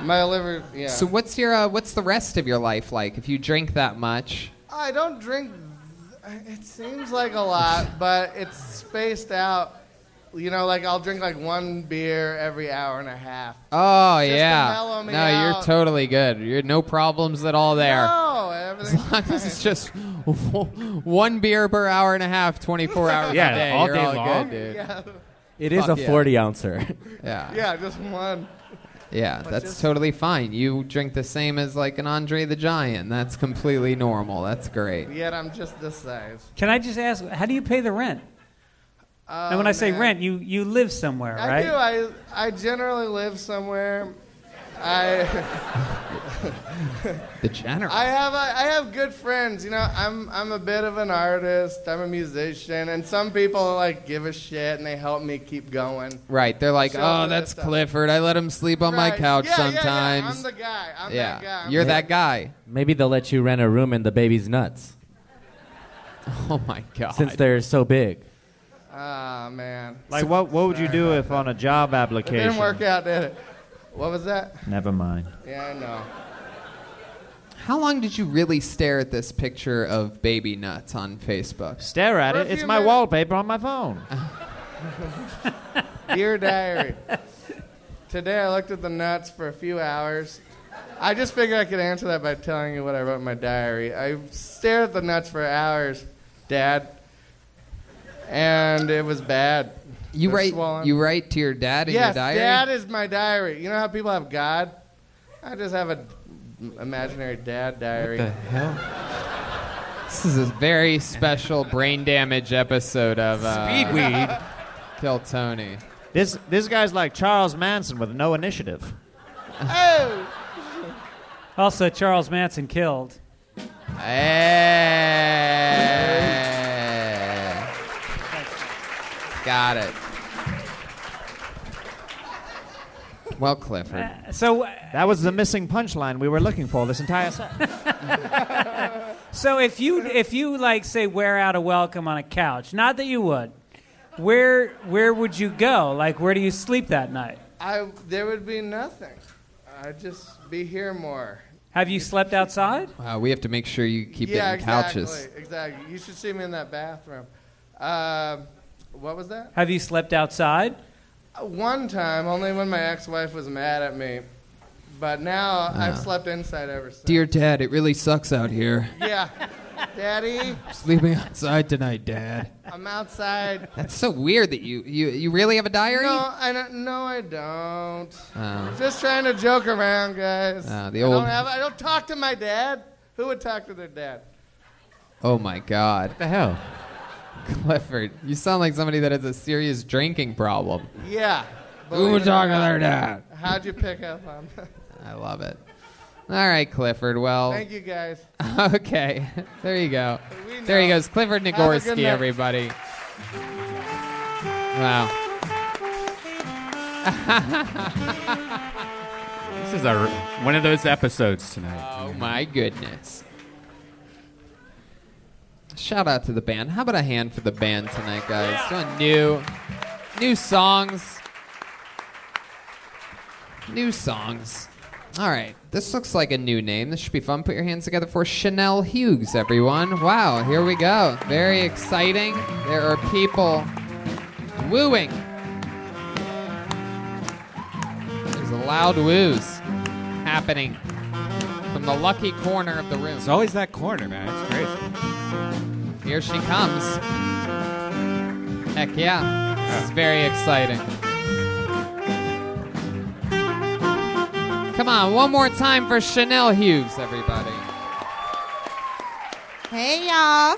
My liver, yeah. So what's your uh, what's the rest of your life like if you drink that much? I don't drink. th- It seems like a lot, but it's spaced out. You know, like I'll drink like one beer every hour and a half. Oh Just to yeah. mellow me No, you're out. [LAUGHS] totally good. You're no problems at all there. No, everything's As long as it's just [LAUGHS] one beer per hour and a half, 24 hours Yeah, a day. all you're day all long? good, dude. Yeah. It is Fuck a yeah. 40 ouncer. [LAUGHS] Yeah. Yeah, just one. Yeah, But that's just- totally fine. You drink the same as like an Andre the Giant. That's completely normal. That's great. Yet I'm just this size. Can I just ask, how do you pay the rent? Oh, and when I say man. rent, you, you live somewhere, I right? do. I I generally live somewhere. [LAUGHS] I. The general. I have a, I have good friends. You know, I'm I'm a bit of an artist. I'm a musician, and some people like give a shit and they help me keep going. Right. They're like, So oh, that's that's tough. Clifford. I let him sleep on my Right. couch Yeah, yeah, yeah. sometimes. I'm the guy. I'm yeah. that guy. I'm You're the- that guy. Maybe they'll let you rent a room in the baby's nuts [LAUGHS] Oh my god. since they're so big. Ah man. So what, what would you Sorry do about if on a job It application? didn't work out, did it? What was that? Never mind. Yeah, I know. How long did you really stare at this picture of baby nuts on Facebook? Stare at For a it. It's few my minutes. wallpaper on [LAUGHS] my phone. Dear diary. Today I looked at the nuts for a few hours. I just figured I could answer that by telling you what I wrote in my diary. I stared at the nuts for hours, Dad. And it was bad. You They're write swollen. you write to your dad in yes, your diary? Dad is my diary. You know how people have God? I just have a imaginary dad diary. the hell? This is a very special brain damage episode of uh, Speedweed. Kill Tony. This this guy's like Charles Manson with no initiative. Oh. Also, Charles Manson killed. Eh. Hey. Got it. Well, Clifford. uh, So, That was the missing punchline we were looking for this entire set. so if you if you like say wear out a welcome on a couch, not that you would, where where would you go? Like where do you sleep that night? I there would be nothing. I'd just be here more. Have you slept outside? Wow, Uh, we have to make sure you keep yeah, it in exactly, couches. Exactly. You should see me in that bathroom. Um what was that? Have you slept outside? One time, only when my ex-wife was mad at me. But now Uh. I've slept inside ever since. Dear Dad, it really sucks out here. Yeah, Daddy, Sleeping outside tonight, Dad. I'm outside. That's so weird that you you, you really have a diary. No, I don't. No, I don't. Oh. Just trying to joke around, guys. Ah, the I old- don't have. I don't talk to my dad. Who would talk to their dad? Oh my God, The hell? Clifford, you sound like somebody that has a serious drinking problem. Yeah. Who would believe it or talk to not. their dad? How'd you pick up on [LAUGHS] that? I love it. All right, Clifford. Well, Thank you, guys. [LAUGHS] Okay, there you go. We There he know. goes, Clifford Have a good Nagorski, night. everybody. Wow. This is a, one of those episodes tonight. Oh my goodness. Shout out to the band. How about a hand for the band tonight, guys? Doing new, new songs. New songs. All right, this looks like a new name. This should be fun. Put your hands together for Chanel Hughes, everyone. Wow, here we go. Very exciting. There are people wooing. There's loud woos happening from the lucky corner of the room. It's always that corner, man. It's crazy. Here she [LAUGHS] comes. [LAUGHS] Heck yeah. This is very exciting. Come on, one more time for Chanel Hughes, everybody. Hey y'all.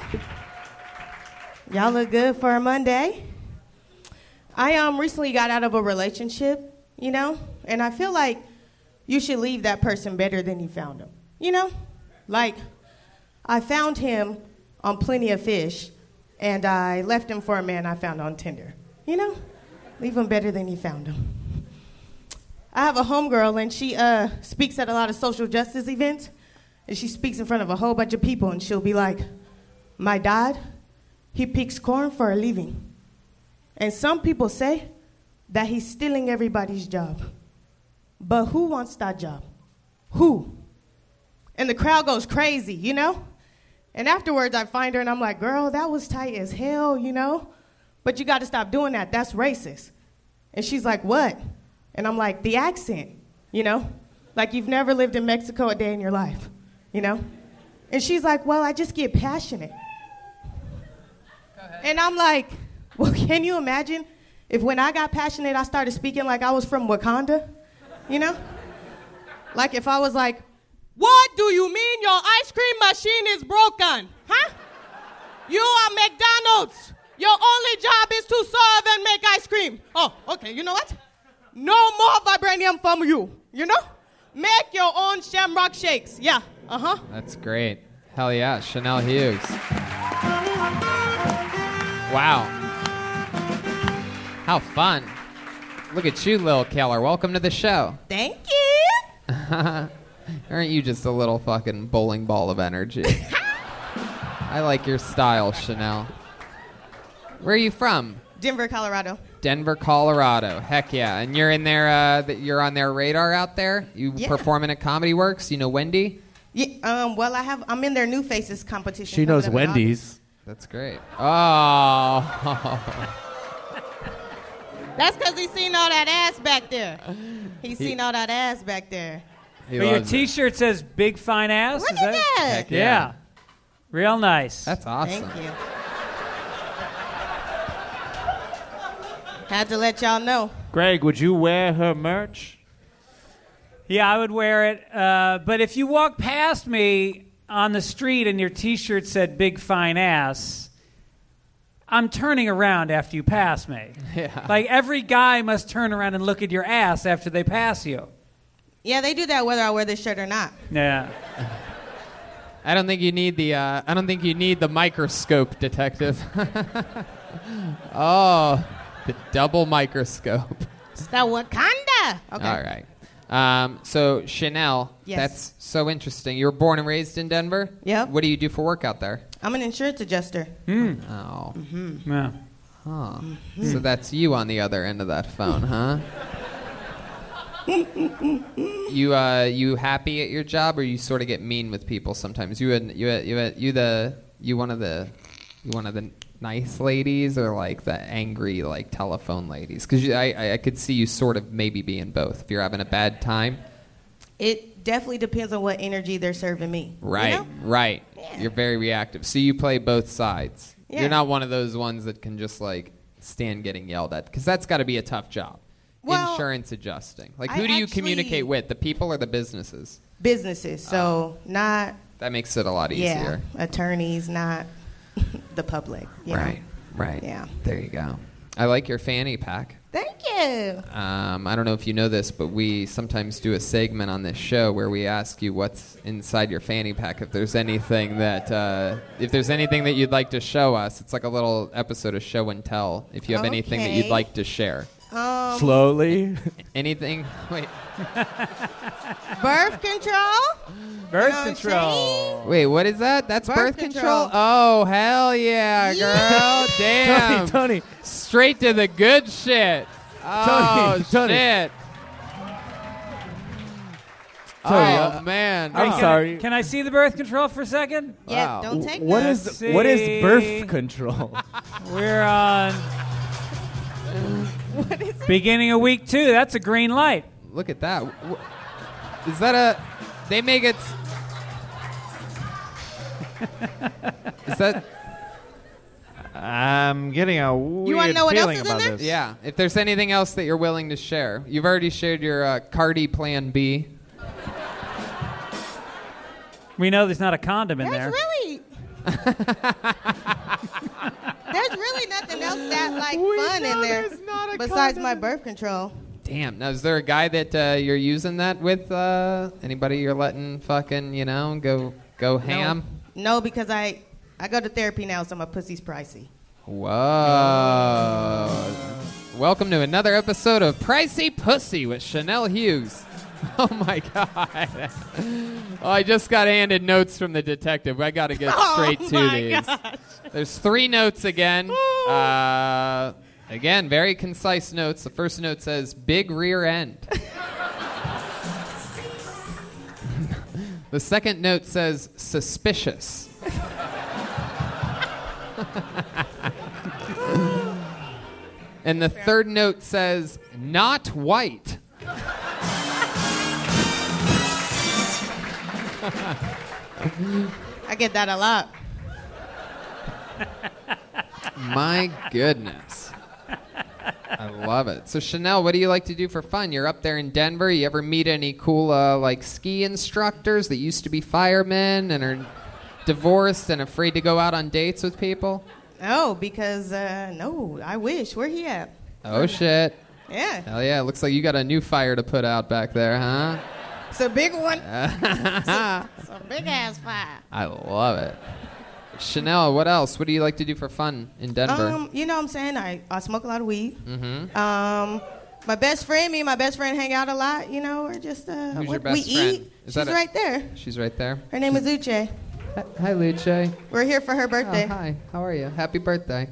Y'all look good for a Monday. I um recently got out of a relationship, you know, and I feel like you should leave that person better than you found them. You know? Like I found him on Plenty of Fish, and I left him for a man I found on Tinder. You know, leave him better than you found him. I have a homegirl, and she uh, speaks at a lot of social justice events, and she speaks in front of a whole bunch of people, and she'll be like, "My dad, he picks corn for a living," and some people say that he's stealing everybody's job. But who wants that job? Who? And the crowd goes crazy, you know? And afterwards, I find her and I'm like, girl, that was tight as hell, you know? But you gotta stop doing that. That's racist. And she's like, what? And I'm like, the accent, you know? Like, you've never lived in Mexico a day in your life, you know? And she's like, well, I just get passionate. And I'm like, well, [LAUGHS] can you imagine if when I got passionate, I started speaking like I was from Wakanda? You know? Like if I was like, what do you mean your ice cream machine is broken? Huh? You are McDonald's. Your only job is to serve and make ice cream. Oh, okay, you know what? No more vibranium from you, you know? Make your own shamrock shakes. Yeah, uh huh. That's great. Hell yeah, Chanel Hughes. Wow. How fun. Look at you, Lil Keller. Welcome to the show. Thank you. [LAUGHS] Aren't you just a little fucking bowling ball [LAUGHS] of energy? I like your style, Chanel. Where are you from? Denver, Colorado. Denver, Colorado. Heck yeah! And you're in there. Uh, that you're on their radar out there. You Yeah. performing at Comedy Works. You know Wendy. Yeah, um, well, I have. I'm in their new faces competition. She knows coming up in Wendy's. That's great. Oh. August. That's because he seen all that ass back there. He seen all that ass back there. He but your loves it. T-shirt says "Big Fine Ass." Look is at that- that. Heck Yeah. yeah. real nice. That's awesome. Thank you. Had to let y'all know. Greg, would you wear her merch? Yeah, I would wear it. Uh, but if you walk past me on the street and your T-shirt said "Big Fine Ass," I'm turning around after you pass me. [LAUGHS] Yeah. Like every guy must turn around and look at your ass after they pass you. Yeah, they do that whether I wear this shirt or not. Yeah. [LAUGHS] I don't think you need the. Uh, I don't think you need the microscope, detective. [LAUGHS] oh, the double microscope. It's that Wakanda. Okay. All right. Um, so Chanel, Yes. that's so interesting. You were born and raised in Denver. Yep. What do you do for work out there? I'm an insurance adjuster. Oh. Mm-hmm. Yeah. Huh. So that's you on the other end of that phone, huh? you uh, you happy at your job, or you sort of get mean with people sometimes? You had, you had, you had, you the you one of the you one of the nice ladies, or like the angry like telephone ladies? Because I, I I could see you sort of maybe being both. If you're having a bad time, It definitely depends on what energy they're serving me. Right, right. You're very reactive. So you play both sides. Yeah. You're not one of those ones that can just like stand getting yelled at because that's got to be a tough job. Well, Insurance adjusting. Like, I who do you actually- communicate with? The people or the businesses? Businesses, so not That makes it Oh. a lot easier. yeah, attorneys, not [LAUGHS] the public. you know. Right, right. Yeah. There you go. I like your fanny pack. Thank you. Um, I don't know if you know this, but we sometimes do a segment on this show where we ask you what's inside your fanny pack. If there's anything that, uh, if there's anything that you'd like to show us, it's like a little episode of show and tell. If you have anything that you'd Okay. like to share, Um, Slowly. anything. [LAUGHS] Wait, Birth control. Birth what I'm control. wait, what is that? That's birth, Birth control. control. Oh hell yeah, girl! Damn, Tony, Tony. straight to the good shit. Oh Tony, [LAUGHS] Tony. shit! Tony, oh uh, man, Hey, I'm can I- sorry. Can I see the birth control for a second? Yeah, Wow. don't take What that. is Let's what see. is birth control? We're on What is it? beginning of week two. That's a green light. Look at that. Wh- Is that a? They make it. Is that? I'm getting a weird wanna know what else feeling is in about there? this. Yeah. If there's anything else that you're willing to share, you've already shared your uh, Cardi Plan B. We know there's not a condom in There's there. really. there's really nothing else that like fun in there besides my birth control. Damn. Now, is there a guy that uh, you're using that with? Uh, anybody you're letting fucking you know go go ham? No, because I, I go to therapy now, so my pussy's pricey. Whoa. Welcome to another episode of Pricey Pussy with Chanel Hughes. Oh my God. Oh, I just got handed notes from the detective. I got to get [LAUGHS] Oh straight to my these. gosh. There's three notes again. Uh, again, very concise notes. The first note says big rear [LAUGHS] end. the second note says suspicious. [LAUGHS] and the third note says not white. [LAUGHS] I get that a lot. My goodness. I love it. So Chanel, what do you like to do for fun? You're up there in Denver. You ever meet any cool uh, like ski instructors that used to be firemen and are divorced and afraid to go out on dates with people? Oh, because uh, no, I wish. Where he at? Oh shit. Yeah. Hell yeah, looks like you got a new fire to put out back there, huh? It's a big one. Uh, [LAUGHS] it's, a, it's a big ass fire. I love it. Chanel, what else? What do you like to do for fun in Denver? Um, you know what I'm saying? I, I smoke a lot of weed. mm-hmm. Um, my best friend, me and my best friend hang out a lot. You know, we're just uh, Who's what- your best we friend? eat. Is She's that a- right there. She's right there. Her name is Uche. Hi, Luce. We're here for her birthday. hi, how are you? Happy birthday.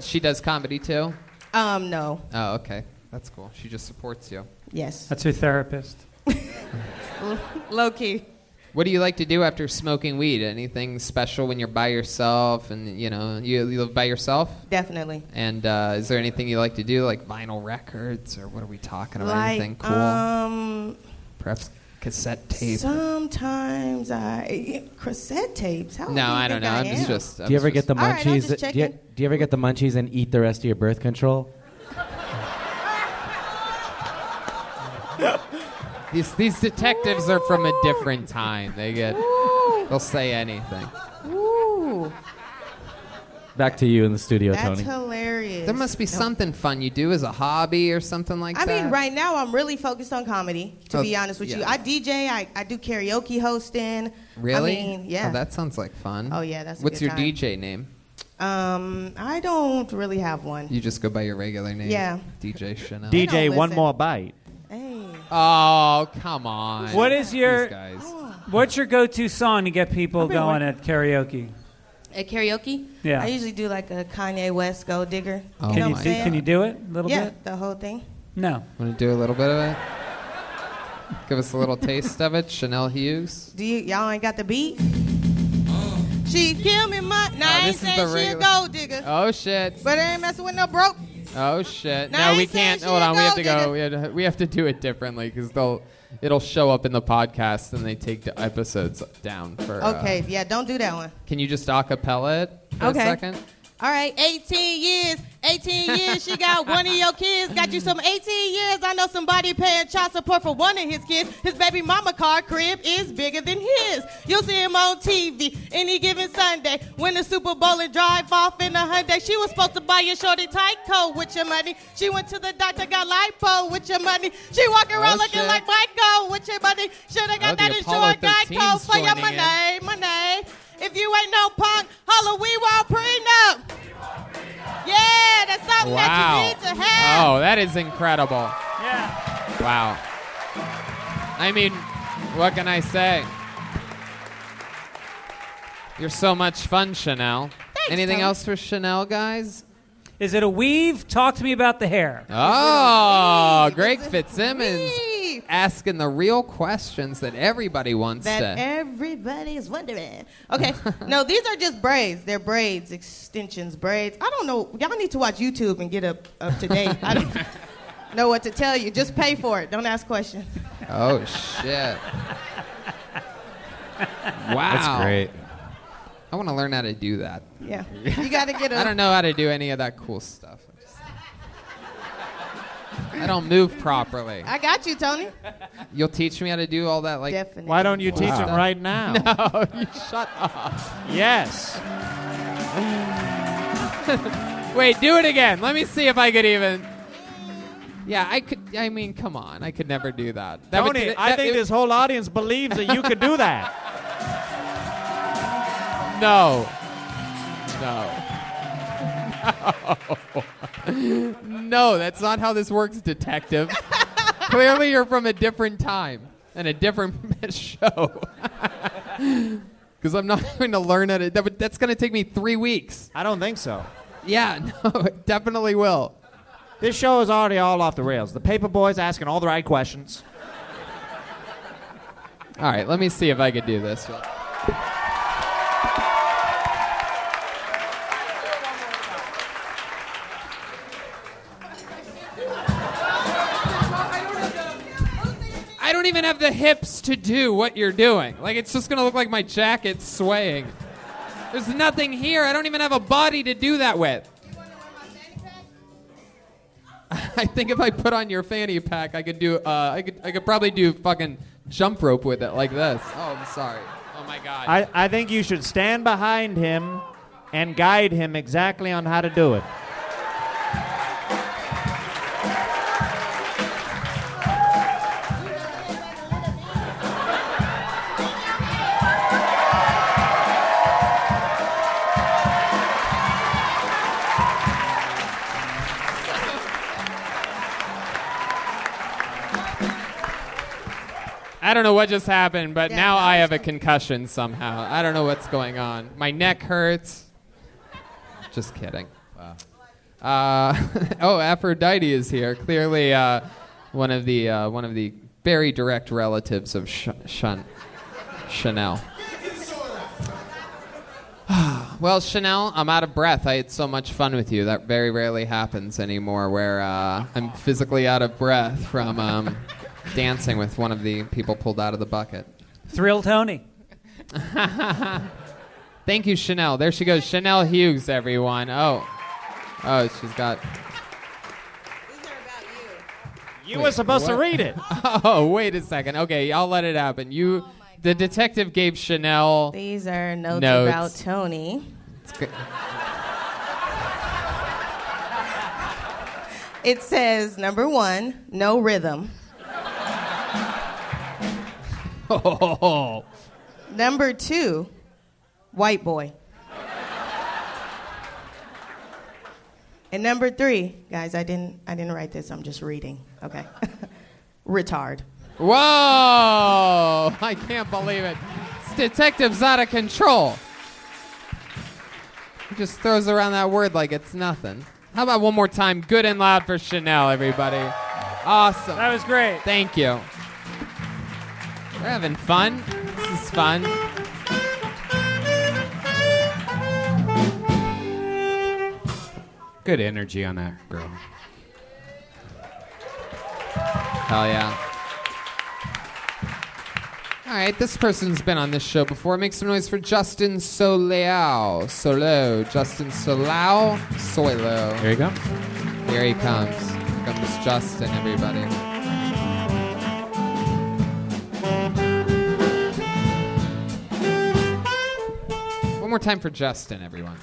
She does comedy too? Um, no. Oh, okay. That's cool. She just supports you. Yes. That's her therapist. L- Low key. What do you like to do after smoking weed? Anything special when you're by yourself and, you know, you, you live by yourself? Definitely. And uh, is there anything you like to do, like vinyl records or what are we talking about? Like, anything cool? um, Perhaps cassette tape? Sometimes I cassette tapes. How old No, do you I don't think I know. [LAUGHS] I'm just- am? just- do you ever get the All right, I'm munchies? just do, you, checking. do you ever get the munchies and eat the rest of your birth control? [LAUGHS] These, these detectives are from a different time. They get, they'll say anything. Ooh, Back to you in the studio, that's Tony. hilarious. There must be No. something fun you do as a hobby or something like I that. mean, right now I'm really focused on comedy. To Oh, be honest with you, yeah. I DJ, I, I do karaoke hosting. Really? I mean, yeah. Oh, that sounds like fun. Oh, yeah, that's a What's good your time. DJ name? um, I don't really have one. You just go by your regular name. Yeah. DJ Chanel. DJ don't One listen. More bite. Hey. Oh, come on. What is your These guys. what's your go-to song to get people Oh. I've been going at karaoke? At karaoke, Yeah. I usually do like a Kanye West "Gold Digger." Oh you know can you what I'm do, saying? can you do it a little yeah, bit? the whole thing. No. Want to do a little bit of it? Give us a little taste of it, Chanel Hughes. Do you y'all ain't got the beat? She kill me, my. Now I ain't this is saying the she a regular- gold digger, Oh shit. but I ain't messing with no broke. Oh shit. Now No, I we said can't. she Hold on. We have to involved in go. We have to, we have to do it differently because they'll it'll show up in the podcast and they take the episodes down for. uh, Okay, yeah, don't do that one. Can you just acapella it for Okay. a second? All right, 18 years. 18 years, she got one of your kids. Got you some 18 years. I know somebody paying child support for one of his kids. His baby mama car crib is bigger than his. You'll see him on TV any given Sunday. Win the Super Bowl and drive off in a Hyundai. She was supposed to buy your shorty tight coat with your money. She went to the doctor, got lipo with your money. She walking around Oh, looking shit. like Michael with your money. Shoulda Oh, got that the Apollo insurance, got 13's cold for your joining in. money, money. If you ain't no punk, holla, we want prenup. Yeah, that's something Wow. that you need to have. Oh, that is incredible. Yeah. Wow. I mean, what can I say? You're so much fun, Chanel. Anything Tony. else for Chanel, guys? Is it a weave? Talk to me about the hair. Oh, Greg Fitzsimmons asking the real questions that everybody wants That to. everybody's wondering. Okay, no, these are just braids. They're braids, extensions, braids. I don't know. Y'all need to watch YouTube and get up up to date. I don't know what to tell you. Just pay for it. Don't ask questions. Oh shit! wow, That's great. I want to learn how to do that. [LAUGHS] Yeah, you gotta get. A, I don't know how to do any of that cool stuff. I don't move properly. I got you, Tony. You'll teach me how to do all that, like. Definitely. Why don't you teach him right now? [LAUGHS] No, you shut up. Yes. [LAUGHS] Wait, do it again. Let me see if I could even. Yeah, I could. I mean, come on, I could never do that. that would- Tony, that- I that- think [LAUGHS] it- this whole audience believes that you could do that. No. No. [LAUGHS] no, that's not how this works, detective. Clearly, you're from a different time and a different [LAUGHS] show. [LAUGHS] Because I'm not [LAUGHS] going to learn how to. That, would- that's going to take me three weeks. I don't think so. Yeah, [LAUGHS] no, it definitely will. This show is already all off the rails. The paper boy's asking all the right questions. All right, let me see if I could do this. one. I don't even have the hips to do what you're doing. Like, it's just gonna look like my jacket's swaying. There's nothing here. I don't even have a body to do that with. [LAUGHS] I think if I put on your fanny pack, I could do. Uh, I could. I could probably do fucking jump rope with it like this. Oh, I'm sorry. Oh my god. I, I think you should stand behind him and guide him exactly on how to do it. I don't know what just happened, but now I have a concussion somehow. I don't know what's going on. My neck hurts. Just kidding. Uh, [LAUGHS] oh, Aphrodite is here. Clearly, uh, one of the uh, one of the very direct relatives of Sh- Shun- Chanel. well, Chanel, I'm out of breath. I had so much fun with you. That very rarely happens anymore, where uh, I'm physically out of breath from um, [LAUGHS] dancing with one of the people pulled out of the bucket. Thrill Tony. Thank you, Chanel. There she goes, Chanel Hughes, everyone. Oh, oh, she's got. You were supposed to what? read it. [LAUGHS] Oh, wait a second. Okay, I'll let it happen. You, the detective gave Chanel. These are notes, Notes. about Tony. It's good. It says number one, no rhythm. Oh. Number two, white boy. And number three, guys, I didn't, I didn't write this. I'm just reading. Okay, [LAUGHS] retard. Whoa! I can't believe it. This detective's out of control. He just throws around that word like it's nothing. How about one more time, good and loud for Chanel, everybody? Awesome. That was great. Thank you. We're having fun. This is fun. Good energy on that girl. Hell yeah. All right, this person's been on this show before. Make some noise for Justin Soleil. Solo. Justin Solau. Soilo. Here he comes. Here he comes. Here comes Justin, everybody. One more time for Justin, everyone.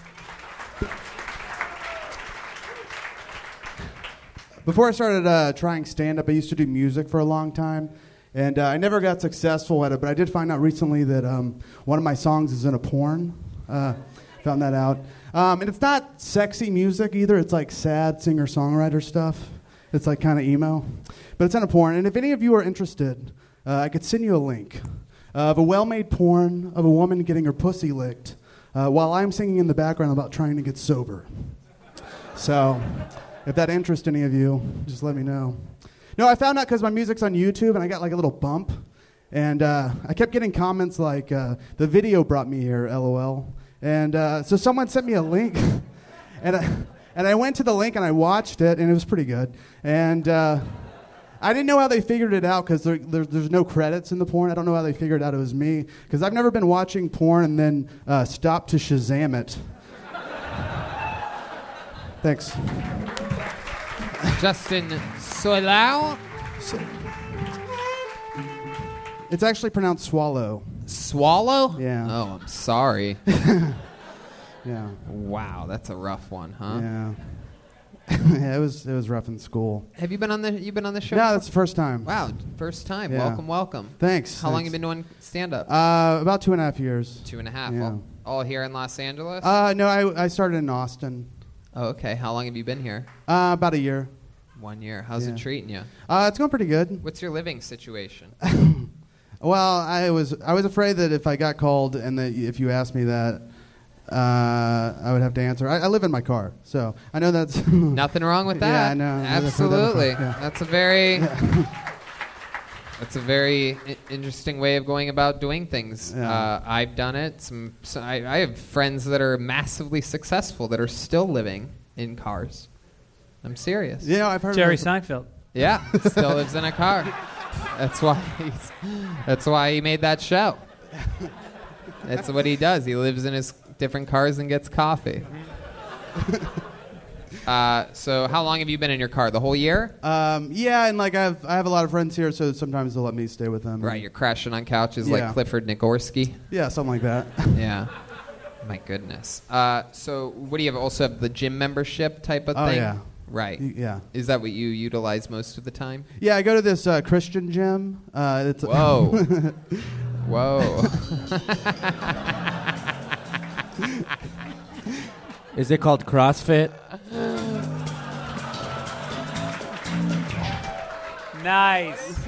Before I started uh, trying stand up, I used to do music for a long time. And uh, I never got successful at it, but I did find out recently that um, one of my songs is in a porn. Uh, found that out. Um, and it's not sexy music either, it's like sad singer songwriter stuff. It's like kind of emo. But it's in a porn. And if any of you are interested, uh, I could send you a link of a well made porn of a woman getting her pussy licked uh, while I'm singing in the background about trying to get sober. So, if that interests any of you, just let me know. No, I found out because my music's on YouTube and I got like a little bump. And uh, I kept getting comments like, uh, the video brought me here, lol. And uh, so someone sent me a link. [LAUGHS] and, I, and I went to the link and I watched it and it was pretty good. And uh, I didn't know how they figured it out because there, there, there's no credits in the porn. I don't know how they figured out it was me because I've never been watching porn and then uh, stopped to Shazam it. Thanks. Justin Solau. It's actually pronounced swallow. Swallow? Yeah. Oh, I'm sorry. [LAUGHS] Yeah. Wow, that's a rough one, huh? Yeah. [LAUGHS] yeah, it was it was rough in school. Have you been on the you been on the show? No, before? that's the first time. Wow, first time. Yeah. Welcome, welcome. Thanks, How long you thanks. been doing stand up? Uh, about two and a half years. Two and a half. Yeah. All, all here in Los Angeles? Uh, no, I I started in Austin. oh, okay. How long have you been here? Uh, about a year. One year. How's Yeah. it treating you? Uh, it's going pretty good. What's your living situation? [LAUGHS] Well, I was I was afraid that if I got called and that y- if you asked me that, uh, I would have to answer. I, I live in my car, so I know that's [LAUGHS] Nothing wrong with that. Mm. Yeah, I know. I've heard that before. Absolutely. Yeah. That's [LAUGHS] a very That's a very i- interesting way of going about doing things. Uh, I've done it. Some, so I, I have friends that are massively successful that are still living in cars. I'm serious. Yeah, I've heard of Jerry that. Seinfeld. [LAUGHS] Yeah, still lives in a car. That's why. He's, that's why he made that show. That's what he does. He lives in his different cars and gets coffee. Uh, so, how long have you been in your car? The whole year? Um, yeah, and like I've I have a lot of friends here, so sometimes they'll let me stay with them. Right, you're crashing on couches Yeah. like Clifford Nagorski. Yeah, something like that. Yeah. My goodness. Uh, so, what do you have? Also, have the gym membership type of Oh, thing? yeah. Right. Y- yeah. Is that what you utilize most of the time? [LAUGHS] Yeah, I go to this uh, Christian gym. Uh, it's [LAUGHS] Whoa. Whoa. Is it called CrossFit? [LAUGHS] Nice.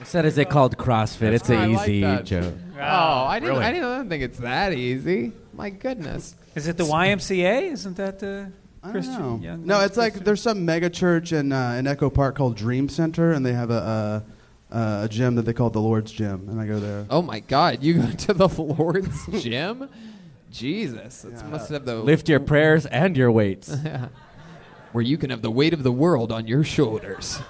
I said, is it called CrossFit? That's it's an why I like easy that. joke. Oh, I didn't. really? I didn't I don't think it's that easy. My goodness. Is it the YMCA? Isn't that the Christian No, [LAUGHS] young? no, it's like there's some mega church in uh, in Echo Park called Dream Center, and they have a, a a gym that they call the Lord's Gym, and I go there. Oh my God! You go [LAUGHS] to the Lord's [LAUGHS] gym? Jesus, that's must have the Lift your prayers and your weights. [LAUGHS] Yeah. where you can have the weight of the world on your shoulders.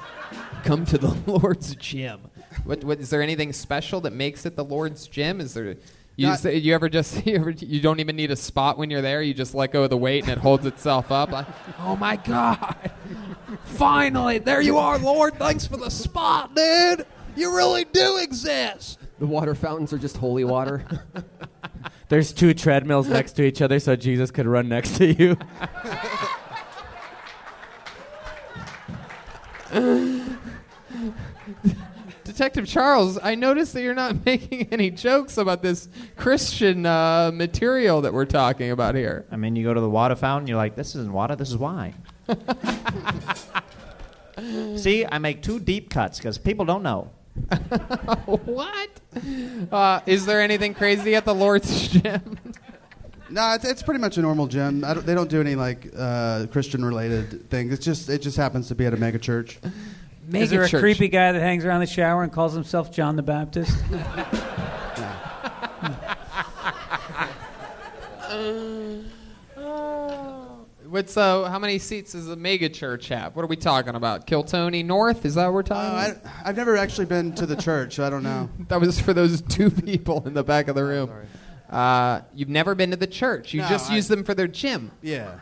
Come to the [LAUGHS] Lord's gym. What, what is there anything special that makes it the Lord's gym? Is there? You, Not- just, you ever just [LAUGHS] you, ever, you don't even need a spot when you're there. You just let go of the weight and it holds itself up. Like, oh my [LAUGHS] God! Finally, there you are, Lord. Thanks for the spot, dude. You really do exist. The water fountains are just holy water. There's two treadmills next to each other so Jesus could run next to [LAUGHS] you. [LAUGHS] Detective Charles, I noticed that you're not [LAUGHS] making any jokes about this Christian uh, material that we're talking about here. I mean, you go to the water fountain, you're like, this isn't water, this is [LAUGHS] wine. See, I make two deep cuts because people don't know. what? Uh, is there anything crazy at the Lord's [LAUGHS] gym? No, it's, it's pretty much a normal gym. I don't, they don't do any like uh, Christian related things. It's just it just happens to be at a mega church. Is there a creepy guy that hangs around the shower and calls himself John the [LAUGHS] Baptist? What's so? How many seats does the mega church have? What are we talking about? Kiltony North? Is that what we're talking? about? Uh, I've never actually been to the church, so I don't know. [LAUGHS] That was for those [LAUGHS] two people in the back of the room. Uh, you've never been to the church. You Oh, No, just I- use them for their gym. Yeah.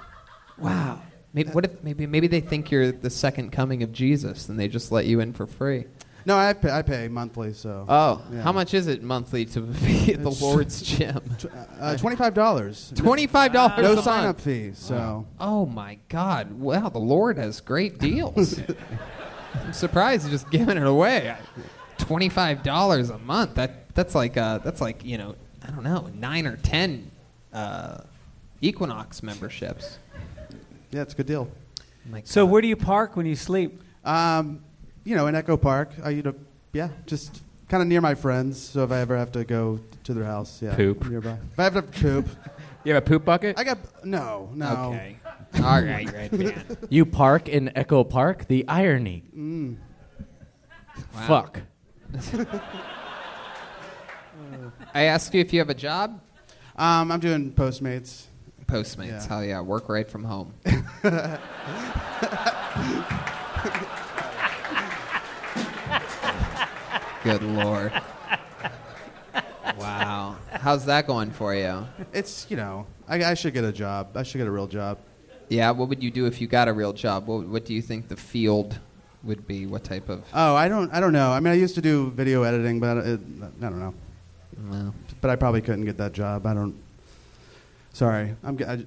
Wow. Maybe, what if maybe maybe they think you're the second coming of Jesus and they just let you in for free? No, I pay, I pay monthly, so. Oh, Yeah. how much is it monthly to be at the It's- Lord's gym? Uh, Twenty-five dollars. Twenty-five dollars. No sign-up fee. So. Oh my God! Wow, the Lord has [LAUGHS] great deals. I'm surprised he's just giving it away. Twenty-five dollars a month. That that's like uh, that's like you know I don't know nine or ten uh, Equinox memberships. Yeah, it's a good deal. so where do you park when you sleep? Um, you know, in Echo Park, I you know, yeah, just kind of near my friends. So if I ever have to go to their house, yeah, Poop. nearby. If I have to [LAUGHS] poop, You have a poop bucket? I got no, no. [LAUGHS] Okay. All right, right, man. You park in Echo Park? The irony. Mm. Wow. Fuck. [LAUGHS] I asked you if you have a job. Um, I'm doing Postmates. Postmates. Yeah. Hell yeah, work right from [LAUGHS] home. Good lord. Wow. How's that going for you? It's you know, I, I should get a job. I should get a real job. Yeah, what would you do if you got a real job? What, what do you think the field would be? What type of. Oh, I don't, I don't know. I mean, I used to do video editing, but it, I don't know. Wow. But I probably couldn't get that job. I don't. Sorry, I'm. g- I j-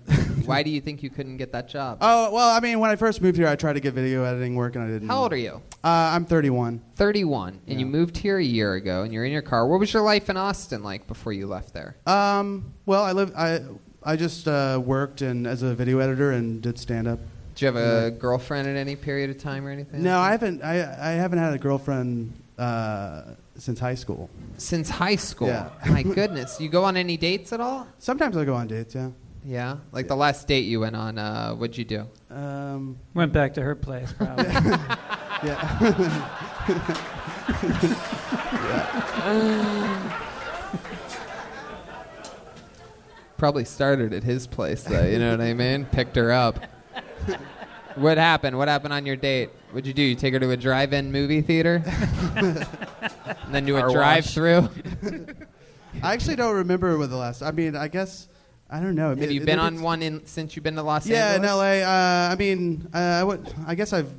Why do you think you couldn't get that job? oh well, I mean, when I first moved here, I tried to get video editing work, and I didn't. How old are you? Uh, I'm 31. 31, and you moved here a year ago, and you're in your car. What was your life in Austin like before you left there? Um, well, I live. I I just uh, worked and as a video editor and did stand up. Did you have a girlfriend at any period of time or anything? No, I haven't. I I haven't had a girlfriend uh, since high school. Since high school. Yeah. [LAUGHS] My goodness. You go on any dates at all? [LAUGHS] Sometimes I go on dates. Yeah. Yeah. Like the last date you went on, uh, what'd you do? [LAUGHS] Um, Went back to her place, probably. Probably started at his place, though. You know what I [LAUGHS] mean? Picked her up. what happened? What happened on your date? What'd you do? You take her to a drive-in movie [LAUGHS] theater, and then do a Car wash. [LAUGHS] drive-through. [LAUGHS] I actually don't remember what the last. I mean, I guess I don't know. Have you been on one in, since you've been to Los yeah, Angeles? in LA. Uh, I mean, uh, I would. I guess I've.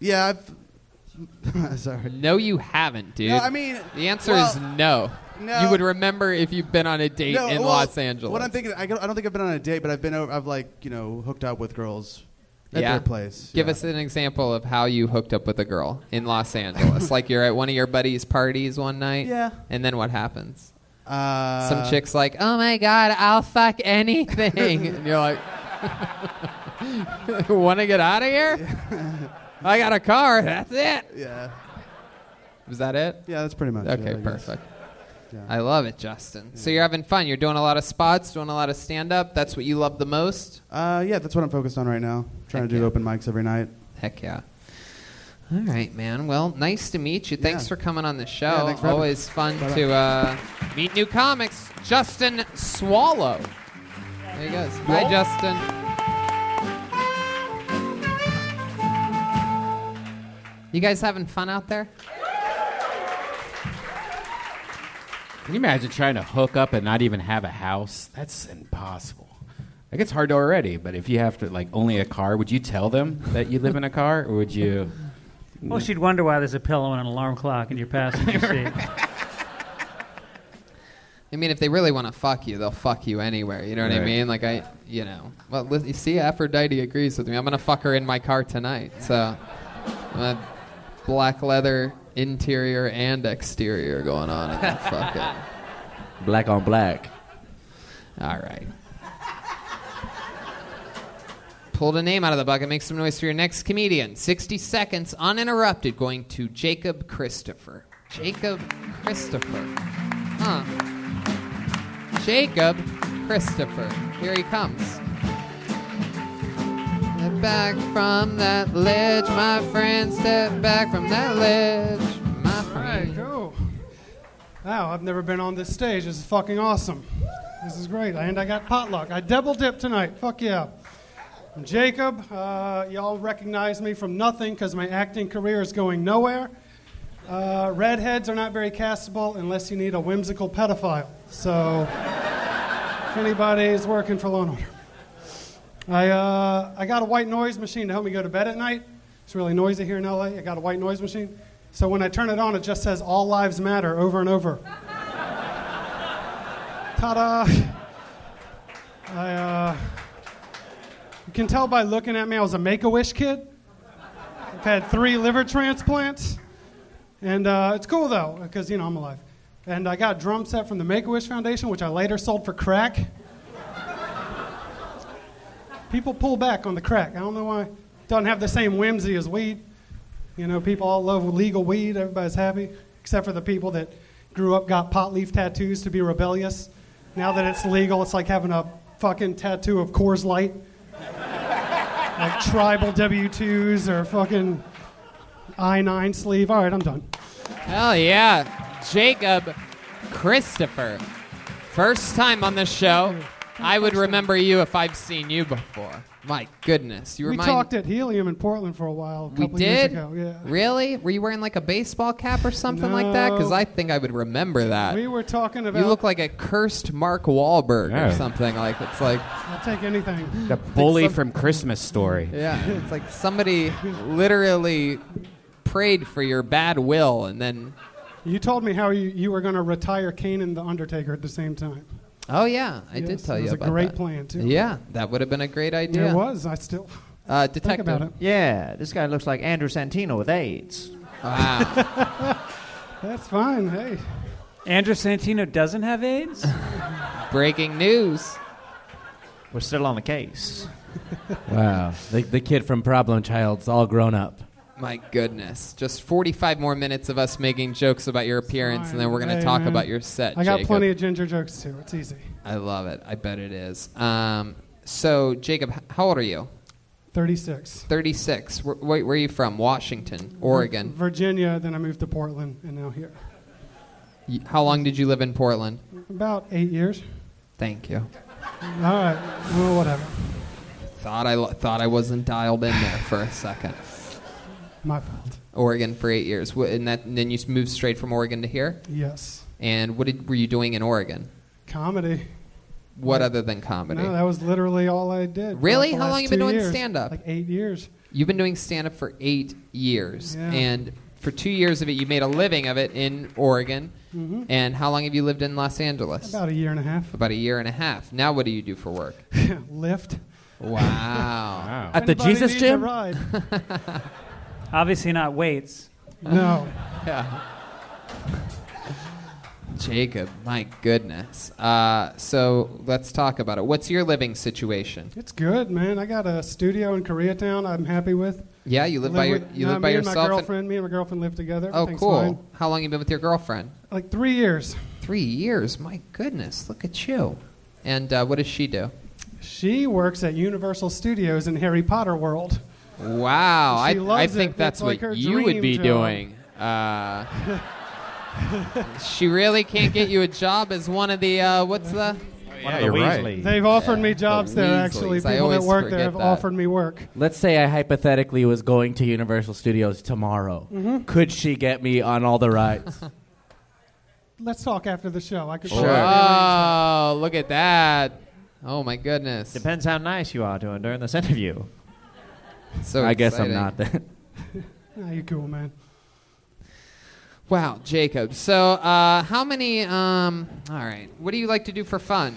Yeah, [LAUGHS] I've. [LAUGHS] sorry. No, you haven't, dude. No, I mean, the answer well, is no. no. You would remember if you've been on a date No, in well, Los Angeles. What I'm thinking, I don't I don't think I've been on a date, but I've been, over, I've like, you know, hooked up with girls at yeah. their place. Give us an example of how you hooked up with a girl in [LAUGHS] Los Angeles. like you're at one of your buddies' parties one night. Yeah. And then what happens? Uh, Some chicks like, [LAUGHS] oh my god, I'll fuck anything, [LAUGHS] and you're like, want to get out of here? I got a car. That's it. Yeah. Was that it? Yeah, that's pretty much it, Okay, I guess. perfect. I love it, Justin. So you're having fun. You're doing a lot of spots, doing a lot of stand up. That's what you love the most. Uh, yeah, that's what I'm focused on right now. Trying to do open mics every night. Heck yeah. All right, man. Well, nice to meet you. Thanks for coming on the show. Yeah, thanks for having Always me. fun Bye-bye. to uh, meet new comics. Justin Swallow. There he goes. Hi, Well- Justin. You guys having fun out there? Can you imagine trying to hook up and not even have a house? That's impossible. Like it's hard already, but if you have to like only a car, would you tell them that you live in a car, or would you? [LAUGHS] Well, she'd wonder why there's a pillow and an alarm clock in your passenger [LAUGHS] seat. I mean, if they really want to fuck you, they'll fuck you anywhere. You know what I Right. mean? Like I, you know. Well, li- you see, Aphrodite agrees with me. I'm gonna fuck her in my car tonight. So, I'm gonna black leather interior and exterior going on in that fucking [LAUGHS] black on black. All right. Pulled a name out of the bucket. Make some noise for your next comedian. 60 seconds uninterrupted going to Jacob Christopher. Jacob Christopher. Huh. Jacob Christopher. Here he comes. Step back from that ledge, my friend. Step back from that ledge, my All right, friend. go. Wow, I've never been on this stage. This is fucking awesome. This is great. And I got potluck. I double dip tonight. Fuck yeah. I'm Jacob, uh, y'all recognize me from nothing because my acting career is going nowhere. Uh, redheads are not very castable unless you need a whimsical pedophile. So, if anybody is working for Law and Order, I, uh, I got a white noise machine to help me go to bed at night. It's really noisy here in LA. I got a white noise machine. So when I turn it on, it just says All Lives Matter over and over. Ta da! I, uh, you can tell by looking at me, I was a make a wish kid. I've had three liver transplants. And uh, it's cool though, because, you know, I'm alive. And I got a drum set from the Make a Wish Foundation, which I later sold for crack. People pull back on the crack. I don't know why. Doesn't have the same whimsy as weed. You know, people all love legal weed. Everybody's happy, except for the people that grew up, got pot leaf tattoos to be rebellious. Now that it's legal, it's like having a fucking tattoo of Coors Light, [LAUGHS] like tribal W2s or fucking I9 sleeve. All right, I'm done. Hell yeah. Jacob Christopher. First time on this show. I would remember you if I've seen you before. My goodness. You we remind talked at Helium in Portland for a while. A We couple Years did? ago. Yeah. Really? Were you wearing like a baseball cap or something like that? Because No. I think I would remember that. We were talking about. You look like a cursed Mark Wahlberg or Yeah. something. Like it's like I'll take anything. [LAUGHS] The bully from Christmas Story. yeah, it's like somebody literally prayed for your bad will and then You told me how you, you were going to retire Kane and The Undertaker at the same time. Oh yeah, I Yes, did tell it you was a about great that. plan, too. Yeah, that would have been a great idea. It was. I still. [LAUGHS] Uh, Think about detective. it. Yeah, this guy looks like Andrew Santino with AIDS. [LAUGHS] That's fine. Hey. Andrew Santino doesn't have AIDS? [LAUGHS] Breaking news. We're still on the case. Wow. the, the kid from Problem Child's all grown up. My goodness. Just 45 more minutes of us making jokes about your appearance, and then we're going to Hey, talk man. about your set. I got Jacob. plenty of ginger jokes too. It's easy. I love it. I bet it is. Um, so, Jacob, h- how old are you? 36. 36. Wh- wait, where are you from? Washington, Oregon. Virginia. Then I moved to Portland, and now here. Y- How long did you live in Portland? About eight years. Thank you. All right. Well, whatever. Thought I lo- thought I wasn't dialed in there for a second. My fault. Oregon for eight years, Wh- and, that, and then you s- moved straight from Oregon to here. Yes. And what did, were you doing in Oregon? Comedy. What other than comedy? No, that was literally all I did. for Really? like the How last long you been two doing years. stand-up? Like eight years. You've been doing stand up for eight years. Yeah. And for two years of it, you made a living of it in Oregon. Mhm. And how long have you lived in Los Angeles? About a year and a half. About a year and a half. Now, what do you do [LAUGHS] for work? Lyft. Wow. At the Anybody Jesus needs a gym? ride. [LAUGHS] Obviously not weights. No. yeah. Jacob, my goodness. Uh, so let's talk about it. What's your living situation? It's good, man. I got a studio in Koreatown. I'm happy with. Yeah, you live by your- with- you no, live by me And yourself my and- girlfriend. me and my girlfriend live together. Oh, Everything's cool. fine. How long you been with your girlfriend? Like three years. Three years. My goodness. Look at you. And uh, what does she do? She works at Universal Studios in Harry Potter World. Wow, I, She I loves think it. that's, That's like her what you would dream be job. [LAUGHS] doing. Uh, she really can't get you a job as one of the uh, what's the? yeah, you're right. They've offered me jobs the there. Actually, Weasleys. I people that always work there forget have that. offered me work. Let's say I hypothetically was going to Universal Studios tomorrow. Mhm. Could she get me on all [LAUGHS] the rides? Let's talk after the show. I could. Sure. Oh, look at that! Oh my goodness. Depends how nice you are to him during this interview. So I guess I'm exciting. not then. Nah, you cool, man. Wow, Jacob. So, uh, how many? Um, all right. What do you like to do for fun?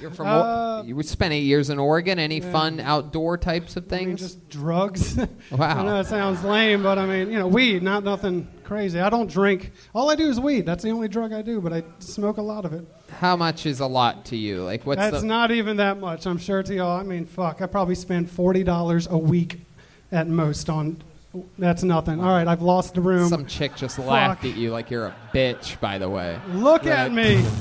You're from. Or- Uh, you spent eight years in Oregon. Any yeah. fun outdoor types of things? just drugs. [LAUGHS] Wow. I know it sounds lame, but I mean, you know, weed, not nothing crazy. I don't drink. All I do is weed. That's the only drug I do, but I smoke a lot of it. how much is a lot to you? Like what's That's the? not even that much, I'm sure to y'all. I mean, fuck, I probably spend $40 a week at most on. That's nothing. All right, I've lost the room. Some chick just Fuck. laughed at you like you're a bitch. By the way. Look at Like, me. [LAUGHS]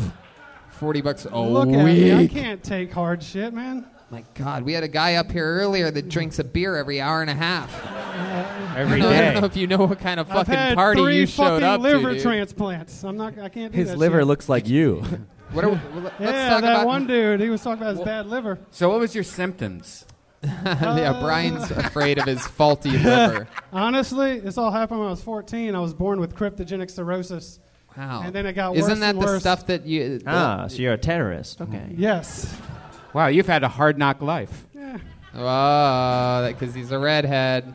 Forty bucks a Look week. at me. I can't take hard shit, man. My God, we had a guy up here earlier that drinks a beer every hour and a half. Every [LAUGHS] I don't know- I day. don't know if you know what kind of I've fucking had party three you showed fucking up liver to. dude. transplants. I'm not. I can't do His that liver shit. looks like you. What are we, well, let's yeah, talk that about one dude. He was talking about his bad liver. [LAUGHS] So, what was your symptoms? [LAUGHS] yeah, [LAUGHS] Brian's afraid of his faulty liver. [LAUGHS] Honestly, this all happened when I was 14. I was born with cryptogenic cirrhosis. Wow. And then it got worse Isn't that and the worse. stuff that you? Ah, so you're a terrorist. Okay. Yes. Wow, you've had a hard knock life. Oh, because he's a redhead.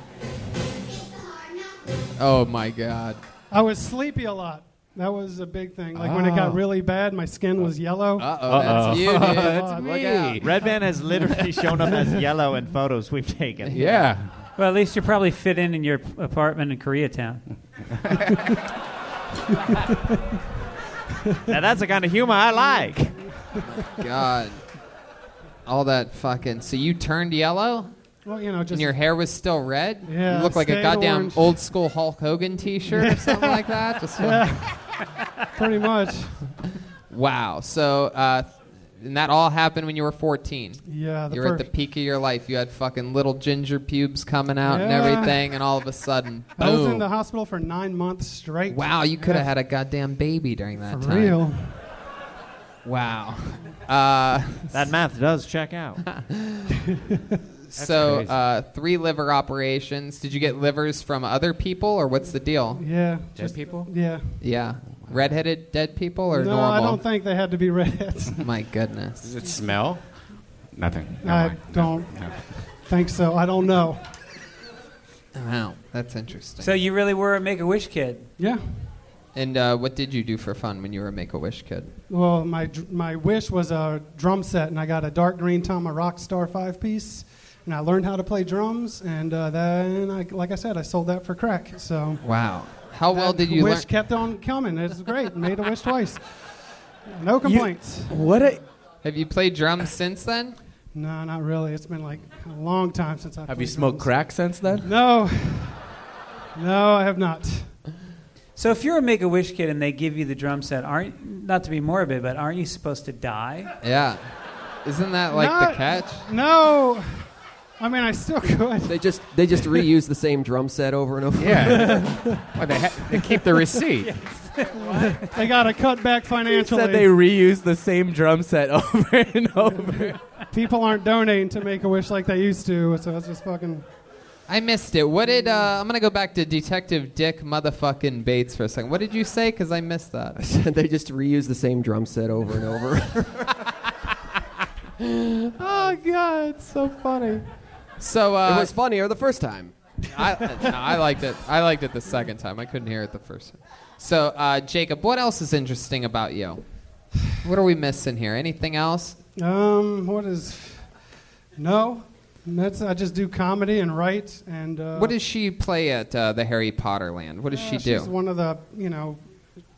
[LAUGHS] oh my God. I was sleepy a lot. That was a big thing. Like when it got Oh. really bad, my skin was yellow. [LAUGHS] Uh-oh, that's you, [LAUGHS] dude. That's Look out. Redman has literally shown up as yellow in photos we've taken. Well, at least you probably fit in in your p- apartment [LAUGHS] in Koreatown. Now that's the kind of humor I like. Oh God. All that fucking. So you turned yellow? Well, you know, just and your hair was still red? Yeah, You look like a stayed goddamn orange. old school Hulk Hogan t shirt or something [LAUGHS] like that. Just [LAUGHS] pretty much. Wow. So, uh, and that all happened when you were 14. Yeah, the you were at the first- peak of your life. You had fucking little ginger pubes coming out and Yeah. everything, and all of a sudden, boom. I was in the hospital for nine months straight. wow, you could have had a goddamn baby during that For time. real. [LAUGHS] Wow. Uh, That math does [LAUGHS] check out. so, crazy. uh, three liver operations. Did you get livers from other people, or what's the deal? Yeah. Dead people? Yeah. Yeah. Redheaded dead people or no, normal? I don't think they had to be [LAUGHS] redheads. [LAUGHS] My goodness. Does it smell? Nothing. I don't think so. I don't know. Wow, that's interesting. So you really were a Make a Wish kid? Yeah. And uh, what did you do for fun when you were a Make a Wish kid? Well, my dr- my wish was a drum set, and I got a dark green Tama Rockstar five piece, and I learned how to play drums, and uh, then, I, like I said, I sold that for crack. So Wow. How well did you wish learn? kept on coming. It's great. Made a wish twice. No complaints. what a Have you played drums since then? No, not really. It's been like a long time since I've. Have you played smoked crack since then? No. No, I have not. So if you're a Make a Wish kid and they give you the drum set, aren't not to be morbid, but aren't you supposed to die? Yeah. Isn't that like Not- the catch? No. I mean, I still could. They just they just reuse the same drum set over and over. [LAUGHS] Yeah. well, they ha- they keep the receipt. they got to cut [LAUGHS] back financially. Said they reuse the same drum set [LAUGHS] over and over. People aren't donating to Make a Wish like they used to, so it's just fucking. I missed it. What did uh, I'm gonna go back to Detective Dick motherfucking Bates for a second. What did you say? Because I [LAUGHS] missed that. [LAUGHS] they just reuse the same drum set over and over. oh god, it's so funny. So uh, it was funnier the first time. I, no, I liked it. I liked it the second time. I couldn't hear it the first time. So, uh, Jacob, what else is interesting about you? What are we missing here? Anything else? Um, what is? No, that's I just do comedy and write and. Uh, What does she play at uh, the Harry Potter land? What does uh, she She's do? one of the you know,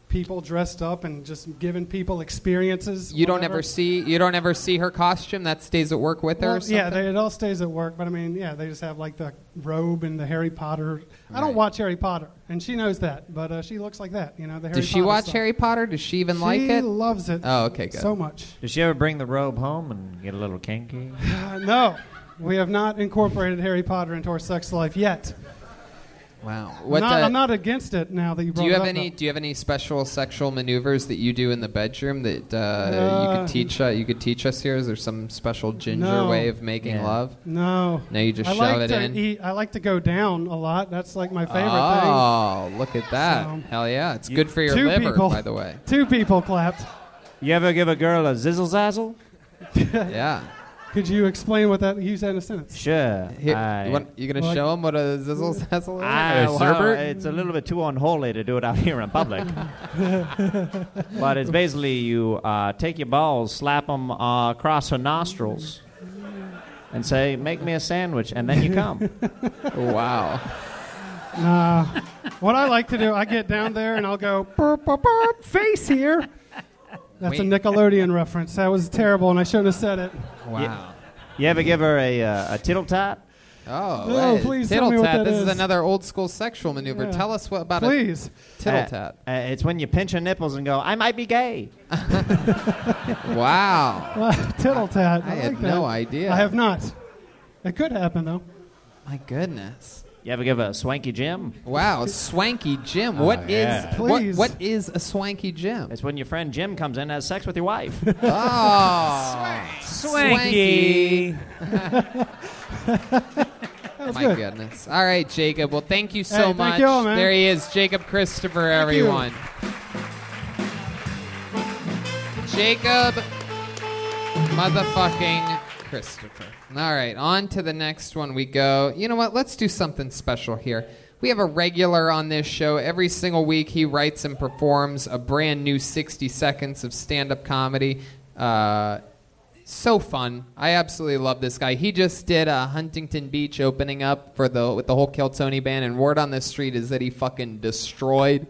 people dressed up and just giving people experiences. You don't whatever. ever see you don't ever see her costume. That stays at work with her. Well, or something? yeah, they, it all stays at work, but I mean, yeah, they just have like the robe and the Harry Potter. I don't watch Harry Potter, and she knows that, but uh, she looks like that, you know. The Harry does she Potter watch stuff. Harry Potter? Does she even She like it? loves it. Oh, okay, good. So much. Does she ever bring the robe home and get a little kinky? Uh, no, we have not incorporated Harry Potter into our sex life yet. Wow. What Not- the- I'm not against it now that you brought do you it have up, any? though. Do you have any special sexual maneuvers that you do in the bedroom that uh, you Uh, could teach? Uh, you could teach us here. Is there some special ginger No. way of making love? No. No, you just I shove like it to in. Eat, I like to go down a lot. That's like my favorite oh, look at that! Hell yeah, it's good for your two liver, people. by the way. thing. [LAUGHS] Two people clapped. You ever give a girl a zizzle zazzle? [LAUGHS] yeah. Could you explain what that? Use that in a sentence. Sure. Here, you want, you gonna Well, show them what a [LAUGHS] zizzle zazzle is? I, Ah, well, it's a little bit too unholy to do it out [LAUGHS] here in public. but it's basically you uh, take your balls, slap them uh, across her nostrils, and say, "Make me a sandwich," and then you come. [LAUGHS] wow. Nah. what I like to do, I get down there and I'll go burp, burp, burp, face here. That's a Wait. Nickelodeon reference. That was terrible, and I shouldn't have said it. Wow. You, ever give her a, uh, a tittle tot? Oh, No, hey, please tittle tell me what tat. that this is. is. another old school sexual maneuver. Yeah. Tell us what about Please. a tittle Uh, tat. uh, it's when you pinch her nipples and go, "I might be gay." [LAUGHS] [LAUGHS] Wow. Tittle tat. I I, had like no that. idea. I have not. It could happen though. My goodness. You ever give a swanky Jim? Wow, swanky Jim. What is Please. what, what is a swanky Jim? It's when your friend Jim comes in and has sex with your wife. [LAUGHS] Oh, Swanky. was My good. goodness. All right, Jacob. Well, thank you so Hey, thank much. you all, man. There he is, Jacob Christopher, you. everyone. Jacob motherfucking Christopher. All right, on to the next one we go. You know what? Let's do something special here. We have a regular on this show. Every single week, he writes and performs a brand new 60 seconds of stand up comedy. Uh, so fun. I absolutely love this guy. He just did a Huntington Beach opening up for the with the whole Kill Tony band, and word on the street is that he fucking destroyed.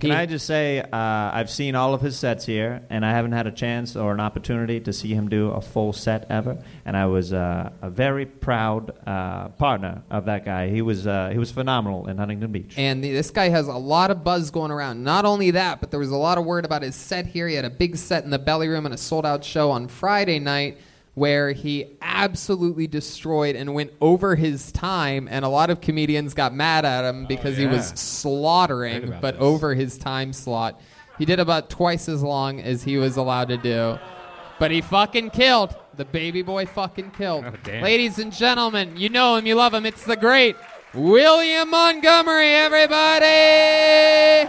Can He- I just say, uh, I've seen all of his sets here, and I haven't had a chance or an opportunity to see him do a full set ever. And I was uh, a very proud uh, partner of that guy. He was uh, he was phenomenal in Huntington Beach. And the, this guy has a lot of buzz going around. Not only that, but there was a lot of word about his set here. He had a big set in the belly room and a sold out show on Friday night where he absolutely destroyed and went over his time. And a lot of comedians got mad at him because he was yeah. slaughtering, about but over his time slot. He did about twice as long as he was allowed to do. But he fucking killed. The baby boy fucking killed. Oh, damn. Ladies and gentlemen, you know him, you love him. It's the great William Montgomery, everybody!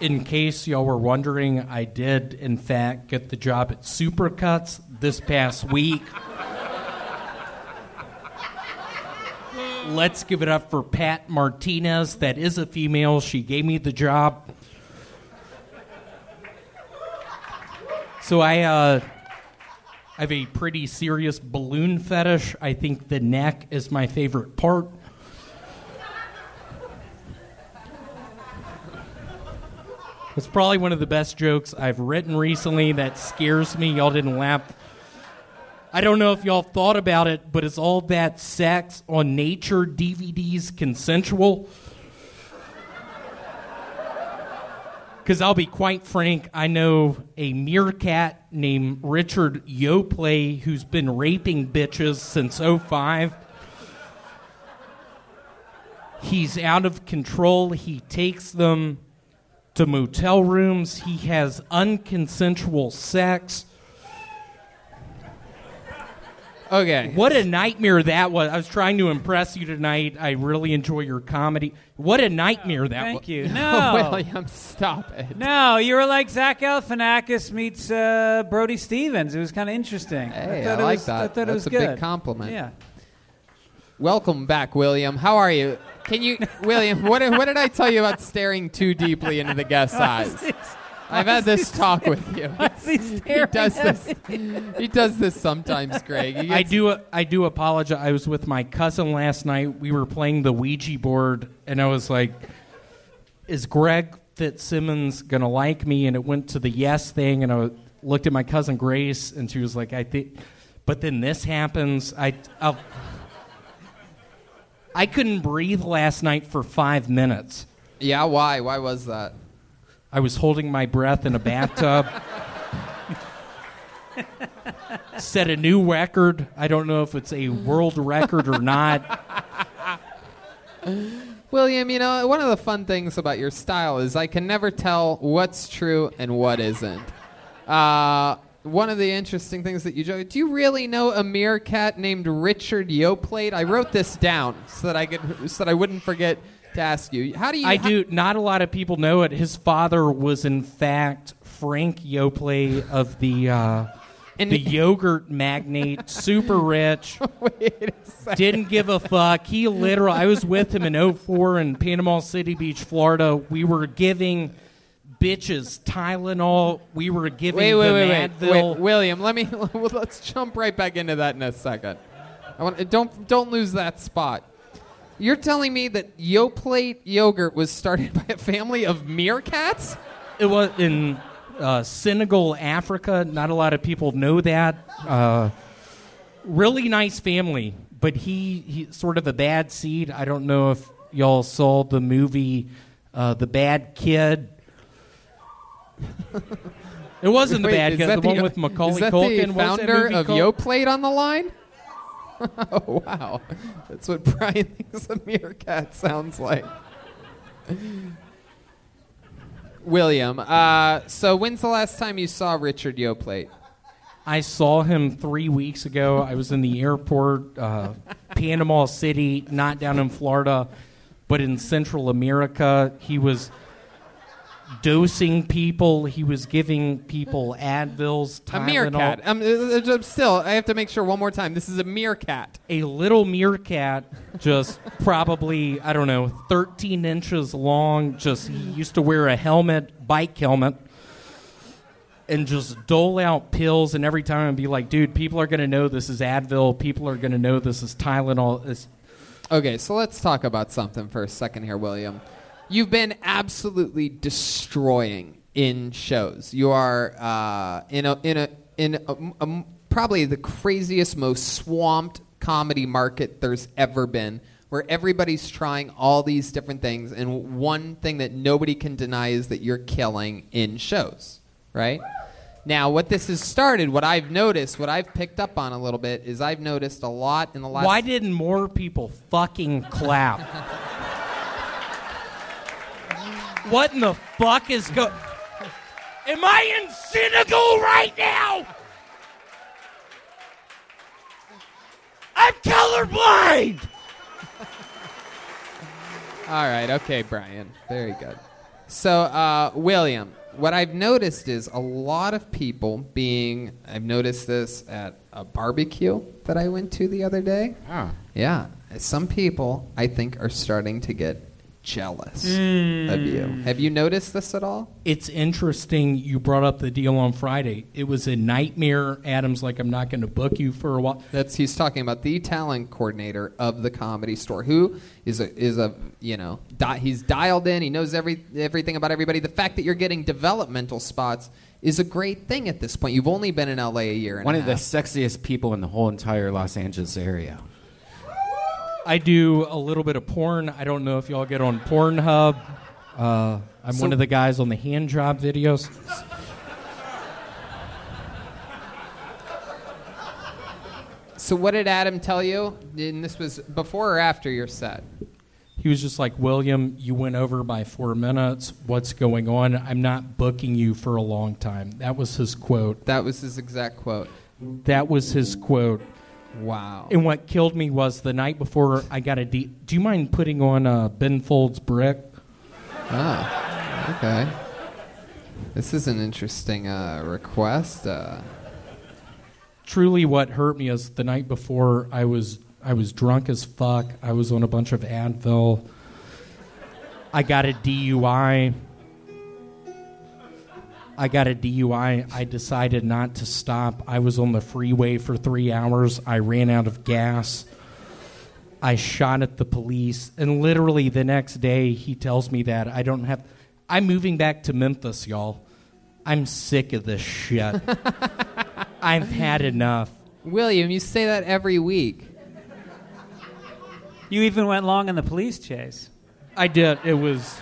in case y'all were wondering, I did, in fact, get the job at Supercuts this past week. Let's give it up for Pat Martinez. That is a female. She gave me the job. So I uh, I have a pretty serious balloon fetish. I think the neck is my favorite part. It's probably one of the best jokes I've written recently that scares me. Y'all didn't laugh. I don't know if y'all thought about it, but is all that sex on nature DVDs consensual? Because I'll be quite frank, I know a meerkat named Richard Yoplay who's been raping bitches since 05. He's out of control. He takes them to motel rooms. He has unconsensual sex. Okay. What a nightmare that was. I was trying to impress you tonight. I really enjoy your comedy. What a nightmare that Thank was. [LAUGHS] you. No. William, stop it. No, you were like Zach Galifianakis meets uh, Brody Stevens. It was kind of interesting. Hey, thought I it like was- that. I thought That's it was a good. big compliment. Yeah. Welcome back, William. How are you? Can you, William? What, did- what did I tell you about staring too deeply into the [LAUGHS] guest's eyes? I've had this talk with you. He does this. He does this [LAUGHS] sometimes, Greg. He I gets- do. I do apologize. I was with my cousin last night. We were playing the Ouija board, and I was like, "Is Greg Fitzsimmons gonna like me?" And it went to the yes thing, and I looked at my cousin Grace, and she was like, "I think," but then this happens. I. I'll, I couldn't breathe last night for five minutes. Yeah, why? Why was that? I was holding my breath in a bathtub. Set a new record. I don't know if it's a world record or not. William, you know, one of the fun things about your style is I can never tell what's true and what isn't. Uh, one of the interesting things that you do, do you really know a meerkat named Richard Yoplate? I wrote this down so that I could, so that I wouldn't forget to ask you. How do you? I do. Not a lot of people know it. His father was, in fact, Frank Yoplait of the uh, [LAUGHS] the yogurt magnate, super rich. Didn't give a fuck. He literal. I was with him in 04 in Panama City Beach, Florida. We were giving bitches Tylenol. We were giving Wait, wait, them wait, wait, Advil. wait, William. Let me. [LAUGHS] Let's jump right back into that in a second. I want, don't don't lose that spot. You're telling me that Yoplait yogurt was started [LAUGHS] by a family of meerkats? It was in uh, Senegal, Africa. Not a lot of people know that. Uh, really nice family, but he, he sort of a bad seed. I don't know if y'all saw the movie uh, The Bad [LAUGHS] Kid. It wasn't Wait, the bad is kid. The, that one the- with Macaulay is that the Culkin. What was that founder movie of called? Yoplait on the line? oh [LAUGHS] wow, that's what [LAUGHS] Brian thinks a meerkat sounds like. William, uh, so when's the last time you saw Richard Yoplait? I saw him three weeks ago. I was in the airport, uh, Panama City, not down in Florida, but in Central America. He was dosing people. He was giving people Advils, A Tylenol. meerkat. I'm, uh, I'm still, I have to make sure one more time. This is a meerkat. A little meerkat, just probably I don't know, 13 inches long. Just he used to wear a helmet, bike helmet. and just dole out pills and every time and be like, dude, people are gonna know this is Advil, people are gonna know this is Tylenol. It's, Okay, so let's talk about something for a second here, William. You've been absolutely destroying in shows. You are uh, in a in a in a, um, probably the craziest, most swamped comedy market there's ever been, where everybody's trying all these different things, and one thing that nobody can deny is that you're killing in shows, right? Now, what this has started, what I've noticed, what I've picked up on a little bit, is I've noticed a lot in the last. why didn't more people fucking clap? what in the fuck is go? Am I in Senegal right now? I'm colorblind. All right, okay, Brian. Very good. So, uh, William, what I've noticed is a lot of people being, I've noticed this at a barbecue that I went to the other day. Ah. Yeah. Some people, I think, are starting to get jealous of you. Mm. Have you noticed this at all? It's interesting you brought up the deal on Friday. It was a nightmare. Adam's like, I'm not going to book you for a while. That's he's talking about the talent coordinator of the comedy store, who is a is a you know di- he's dialed in. He knows every everything about everybody. The fact that you're getting developmental spots is a great thing at this point. You've only been in LA a year and One a of the half. sexiest people in the whole entire Los Angeles area. I do a little bit of porn. I don't know if y'all get on Pornhub. Uh, I'm So- one of the guys on the hand job videos. so what did Adam tell you? And this was before or after your set. He was just like, William, you went over by four minutes. What's going on? I'm not booking you for a long time. That was his quote. That was his exact quote. That was his quote. Wow. And what killed me was the night before I got a D. Do you mind putting on uh, Ben Folds Brick? Ah, okay. This is an interesting uh, request. Uh, truly what hurt me is the night before I was I was drunk as fuck. I was on a bunch of Advil. I got a DUI. I got a DUI. I decided not to stop. I was on the freeway for 3 hours. I ran out of gas. I shot at the police and literally the next day he tells me that I don't have I'm moving back to Memphis, y'all. I'm sick of this shit. I've had enough. William, you say that every week. You even went long in the police chase. I did. It was.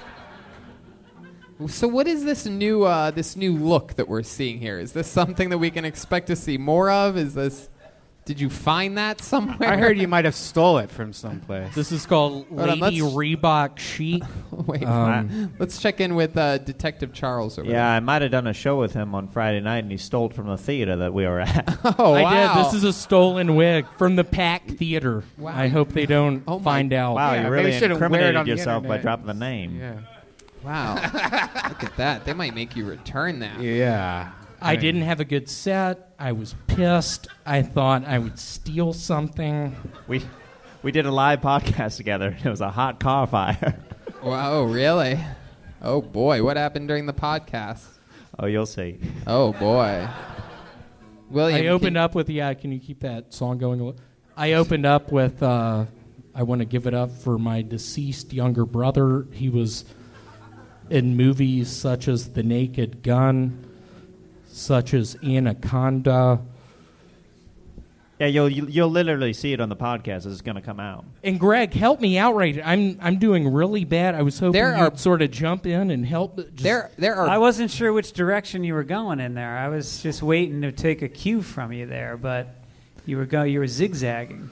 So what is this new uh, this new look that we're seeing here? Is this something that we can expect to see more of? Is this? Did you find that [LAUGHS] somewhere? I heard you might have stole it from someplace. This is called Hold on, Lady let's- Reebok Sheet. [LAUGHS] Wait, Um, [LAUGHS] let's check in with uh, Detective Charles over Yeah, I might have done a show with him on Friday night, and he stole it from the theater that we were at. [LAUGHS] [LAUGHS] [LAUGHS] Oh, I wow. did. This is a stolen wig from the Pack Theater. Wow. Oh, I hope they don't find out. Wow, you really incriminated yourself by dropping the name. there. Wow, look at that. They might make you return that. Yeah. I didn't have a good set. I was pissed. I thought I would steal something. We we did a live podcast together. [LAUGHS] and It was a hot car fire. [LAUGHS] Wow, really? Oh boy, what happened during the podcast? Oh, you'll see. Oh boy. William, I opened up with yeah. Can you keep that song going? a little? I opened up with uh, I want to give it up for my deceased younger brother. He was in movies such as The Naked Gun, such as Anaconda. Yeah, you'll you'll you'll literally see it on the podcast as it's going to come out. And Greg, help me out right. I'm I'm doing really bad. I was hoping There you'd are- sort of jump in and help. Just, I wasn't sure which direction you were going in there. I was just waiting to take a cue from you there, but you were go you were zigzagging.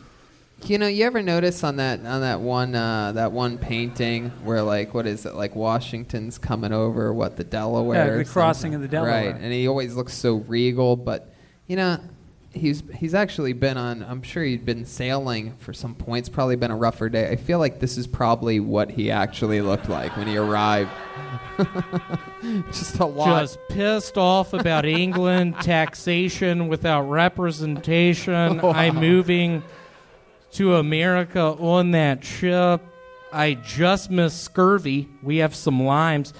You know, you ever notice on that on that one uh, that one painting where like what is it like Washington's coming over what the Delaware Yeah, the or crossing something? of the Delaware. right and he always looks so regal but you know he's he's actually been on I'm sure he'd been sailing for some points probably been a rougher day I feel like this is probably what he actually looked like when he arrived just a lot Just pissed off about England, taxation without representation. Wow. I'm moving to America on that ship. I just missed scurvy. We have some limes.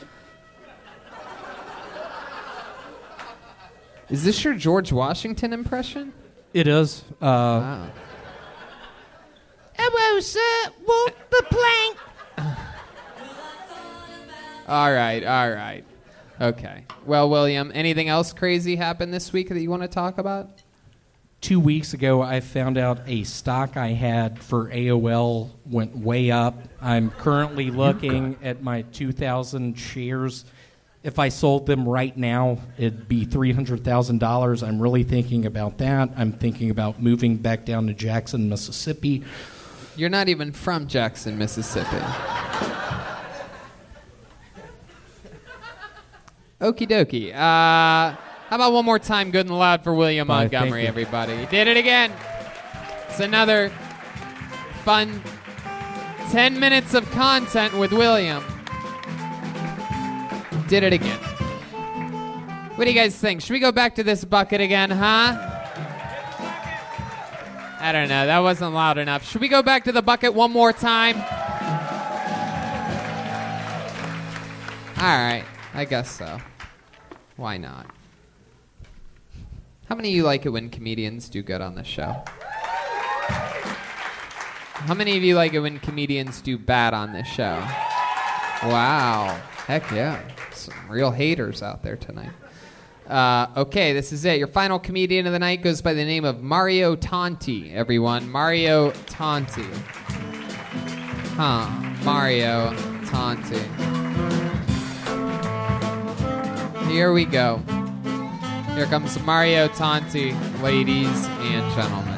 is this your George Washington impression It is. Uh, Hello, sir. Walk the plank. All right, all right. Okay. Well, William, anything else crazy happened this week that you want to talk about? two weeks ago, I found out a stock I had for AOL went way up. I'm currently looking at my 2,000 shares. If I sold them right now, it'd be $300,000. I'm really thinking about that. I'm thinking about moving back down to Jackson, Mississippi. You're not even from Jackson, Mississippi. Okie dokie. Uh, how about one more time, good and loud for William Bye, thank Montgomery, you. everybody? He did it again. It's another fun 10 minutes of content with William. Did it again. What do you guys think? Should we go back to this bucket again, huh? I don't know. That wasn't loud enough. Should we go back to the bucket one more time? All right. I guess so. Why not? How many of you like it when comedians do good on this show? How many of you like it when comedians do bad on this show? Wow. Heck yeah. Some real haters out there tonight. Uh, okay, this is it. Your final comedian of the night goes by the name of Mario Tonti, everyone. Mario Tonti. Huh. Mario Tonti. Here we go. Here comes Mario Tonti, ladies and gentlemen.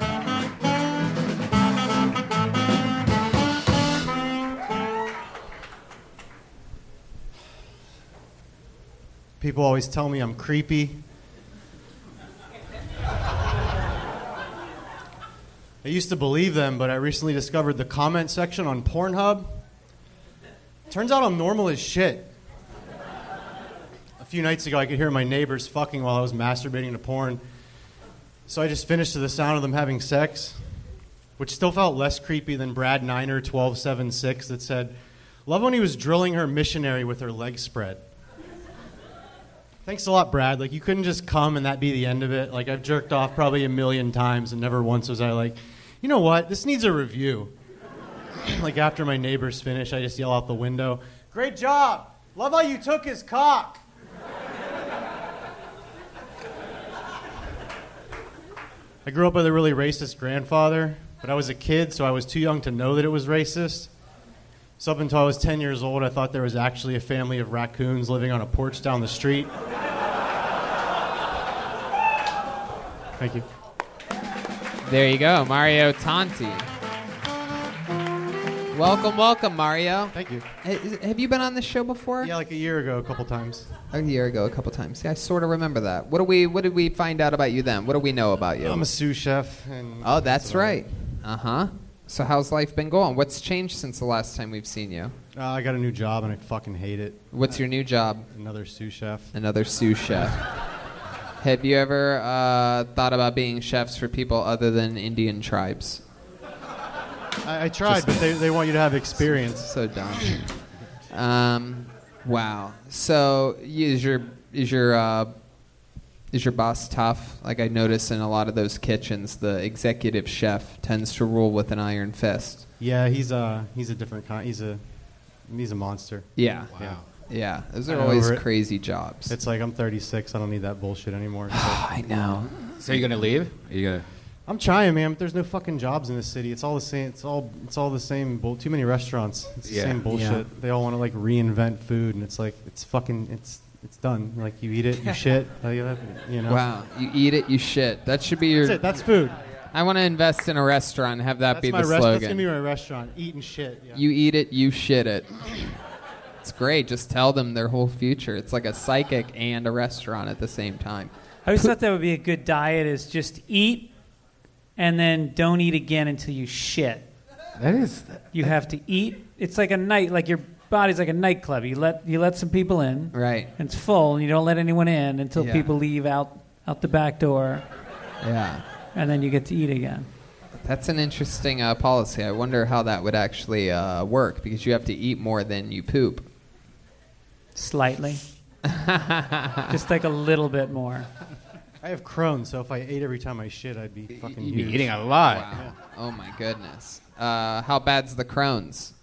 People always tell me I'm creepy. I used to believe them, but I recently discovered the comment section on Pornhub. Turns out I'm normal as shit. A few nights ago, I could hear my neighbors fucking while I was masturbating to porn. So I just finished to the sound of them having sex, which still felt less creepy than Brad Niner 1276 that said, Love when he was drilling her missionary with her legs spread. Thanks a lot, Brad. Like, you couldn't just come and that be the end of it. Like, I've jerked off probably a million times, and never once was I like, you know what? This needs a review. [LAUGHS] like, after my neighbors finish, I just yell out the window, Great job! Love how you took his cock! I grew up with a really racist grandfather, but I was a kid, so I was too young to know that it was racist. So, up until I was 10 years old, I thought there was actually a family of raccoons living on a porch down the street. Thank you. There you go, Mario Tonti. Welcome, welcome, Mario. Thank you. Have you been on this show before? Yeah, like a year ago, a couple times. A year ago, a couple times. Yeah, I sort of remember that. What do we? What did we find out about you then? What do we know about you? I'm a sous chef. And Oh, that's right. Uh huh. So how's life been going? What's changed since the last time we've seen you? Uh, I got a new job and I fucking hate it. What's your new job? Another sous chef. Another sous chef. Have you ever uh, thought about being chefs for people other than Indian tribes? I, I tried, but they, they want you to have experience. So, dumb. Um, wow. So is your is your uh, is your boss tough? Like I notice in a lot of those kitchens, the executive chef tends to rule with an iron fist. Yeah, he's a he's a different kind. He's a he's a monster. Yeah. Wow. Yeah, those are I'm always over it. crazy jobs. It's like I'm 36. I don't need that bullshit anymore. [SIGHS] I know. So you're gonna leave? Are you gonna? I'm trying, man. But there's no fucking jobs in this city. It's all the same. It's all it's all the same. Bull, too many restaurants. It's the Yeah. same bullshit. Yeah. They all want to like reinvent food, and it's like it's fucking it's it's done. Like you eat [LAUGHS] it, you shit. like, You know. Wow, you eat it, you shit. That should be your. That's it, that's food. I want to invest in a restaurant. and Have that That's be the my rest- slogan. That's gonna be my restaurant. Eat and [LAUGHS] shit. Yeah. You eat it, you shit it. It's great. Just tell them their whole future. It's like a psychic and a restaurant at the same time. I always thought that would be a good diet is just eat and then don't eat again until you shit. That is. You have to eat. It's like a night, like your body's like a nightclub. You let you let some people in, right? And it's full, and you don't let anyone in until Yeah. people leave out out the back door. Yeah. And then you get to eat [LAUGHS] again. That's an interesting uh, policy. I wonder how that would actually uh, work because you have to eat more than you poop. Slightly. Just like a little bit more. I have Crohn's, so if I ate every time I shit, I'd be fucking. you'd be huge. eating a lot. Wow. Oh my goodness. Uh, how bad's the Crohn's?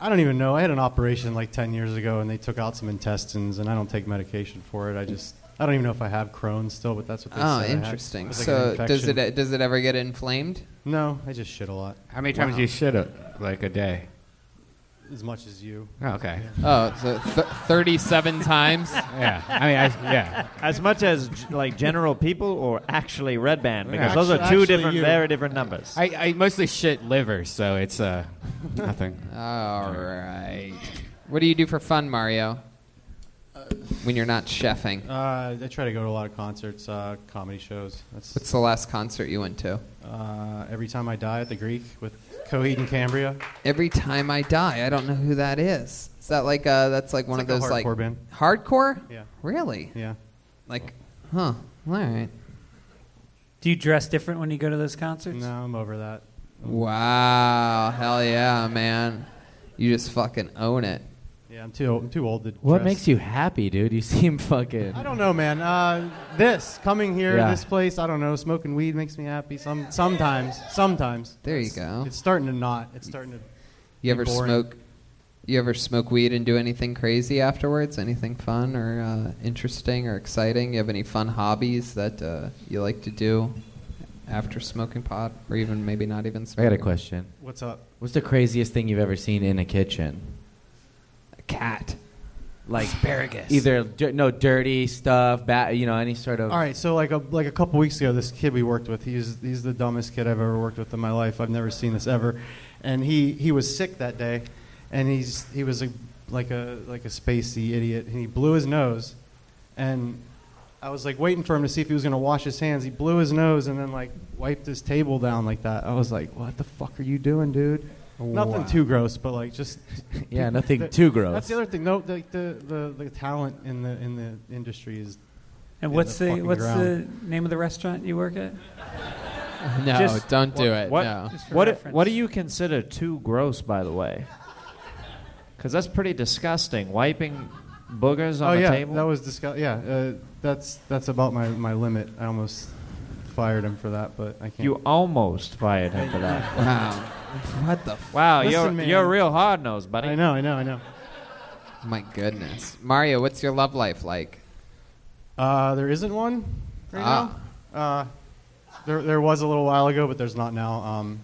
I don't even know. I had an operation like 10 years ago, and they took out some intestines, and I don't take medication for it. I just, I don't even know if I have Crohn's still, but that's what they Oh, said. I had. uh, It interesting. was like So an does infection. it e, does it ever get inflamed? No, I just shit a lot. How many times Wow. do you shit a, like a day? As much as you. Oh, okay. uh, Oh, so th- [LAUGHS] 37 times? Yeah. I mean, I, yeah. As much as g- like general people or actually red band, because Yeah. those are Actu- two actually different, you. very different numbers. I, I mostly shit liver, so it's uh, [LAUGHS] nothing. Uh, All right. What do you do for fun, Mario? Uh, When you're not chefing. Uh, I try to go to a lot of concerts, uh, comedy shows. That's What's the last concert you went to? uh, Uh, every time I die at the Greek with Coheed and Cambria. Every time I die, I don't know who that is. Is that like uh that's like one It's of like a those hardcore like band. hardcore? Yeah. Really? Yeah. Like, huh? All right. Do you dress different when you go to those concerts? No, I'm over that. Wow. Hell yeah, man. You just fucking own it. Yeah, I'm too. I'm too old to. What dress. makes you happy, dude? You seem fucking. I don't know, man. Uh, this coming here, Yeah. this place. I don't know. Smoking weed makes me happy. Some sometimes, sometimes. There you It's- go. It's starting to not. It's starting to. You be ever boring. smoke? You ever smoke weed and do anything crazy afterwards? Anything fun or uh, interesting or exciting? You have any fun hobbies that uh, you like to do after smoking pot, or even maybe not even I smoking? got a question. What's up? What's the craziest thing you've ever seen in a kitchen? A cat. Like Asparagus. Either dir- no dirty stuff, bad, you know, any sort of. All right, so like a like a couple weeks ago, this kid we worked with, he's he's the dumbest kid I've ever worked with in my life. I've never seen this ever, and he he was sick that day, and he's he was a like a like a spacey idiot, and he blew his nose, and I was like waiting for him to see if he was gonna wash his hands. He blew his nose and then like wiped his table down like that. I was like, what the fuck are you doing, dude? Wow. Nothing too gross, but like just [LAUGHS] Yeah, [LAUGHS] nothing too gross. That's the other thing. No, like the, the the talent in the in the industry is. And in what's the, fucking what's ground. the name of the restaurant you work at? No, Just- don't do it. What, no. what, what do you consider too gross, by the way? Because that's pretty disgusting. Wiping boogers on oh the yeah, table. that was disgusting. Yeah, uh, that's that's about my, my limit. I almost fired him for that, but I can't. You almost fired him for that. [LAUGHS] Wow. What the? F- Wow, Listen, you're man. you're real hard nosed, buddy. I know, I know, I know. My goodness, Mario, what's your love life like? Uh, there isn't one right Ah. now. Uh, there there was a little while ago, but there's not now. Um,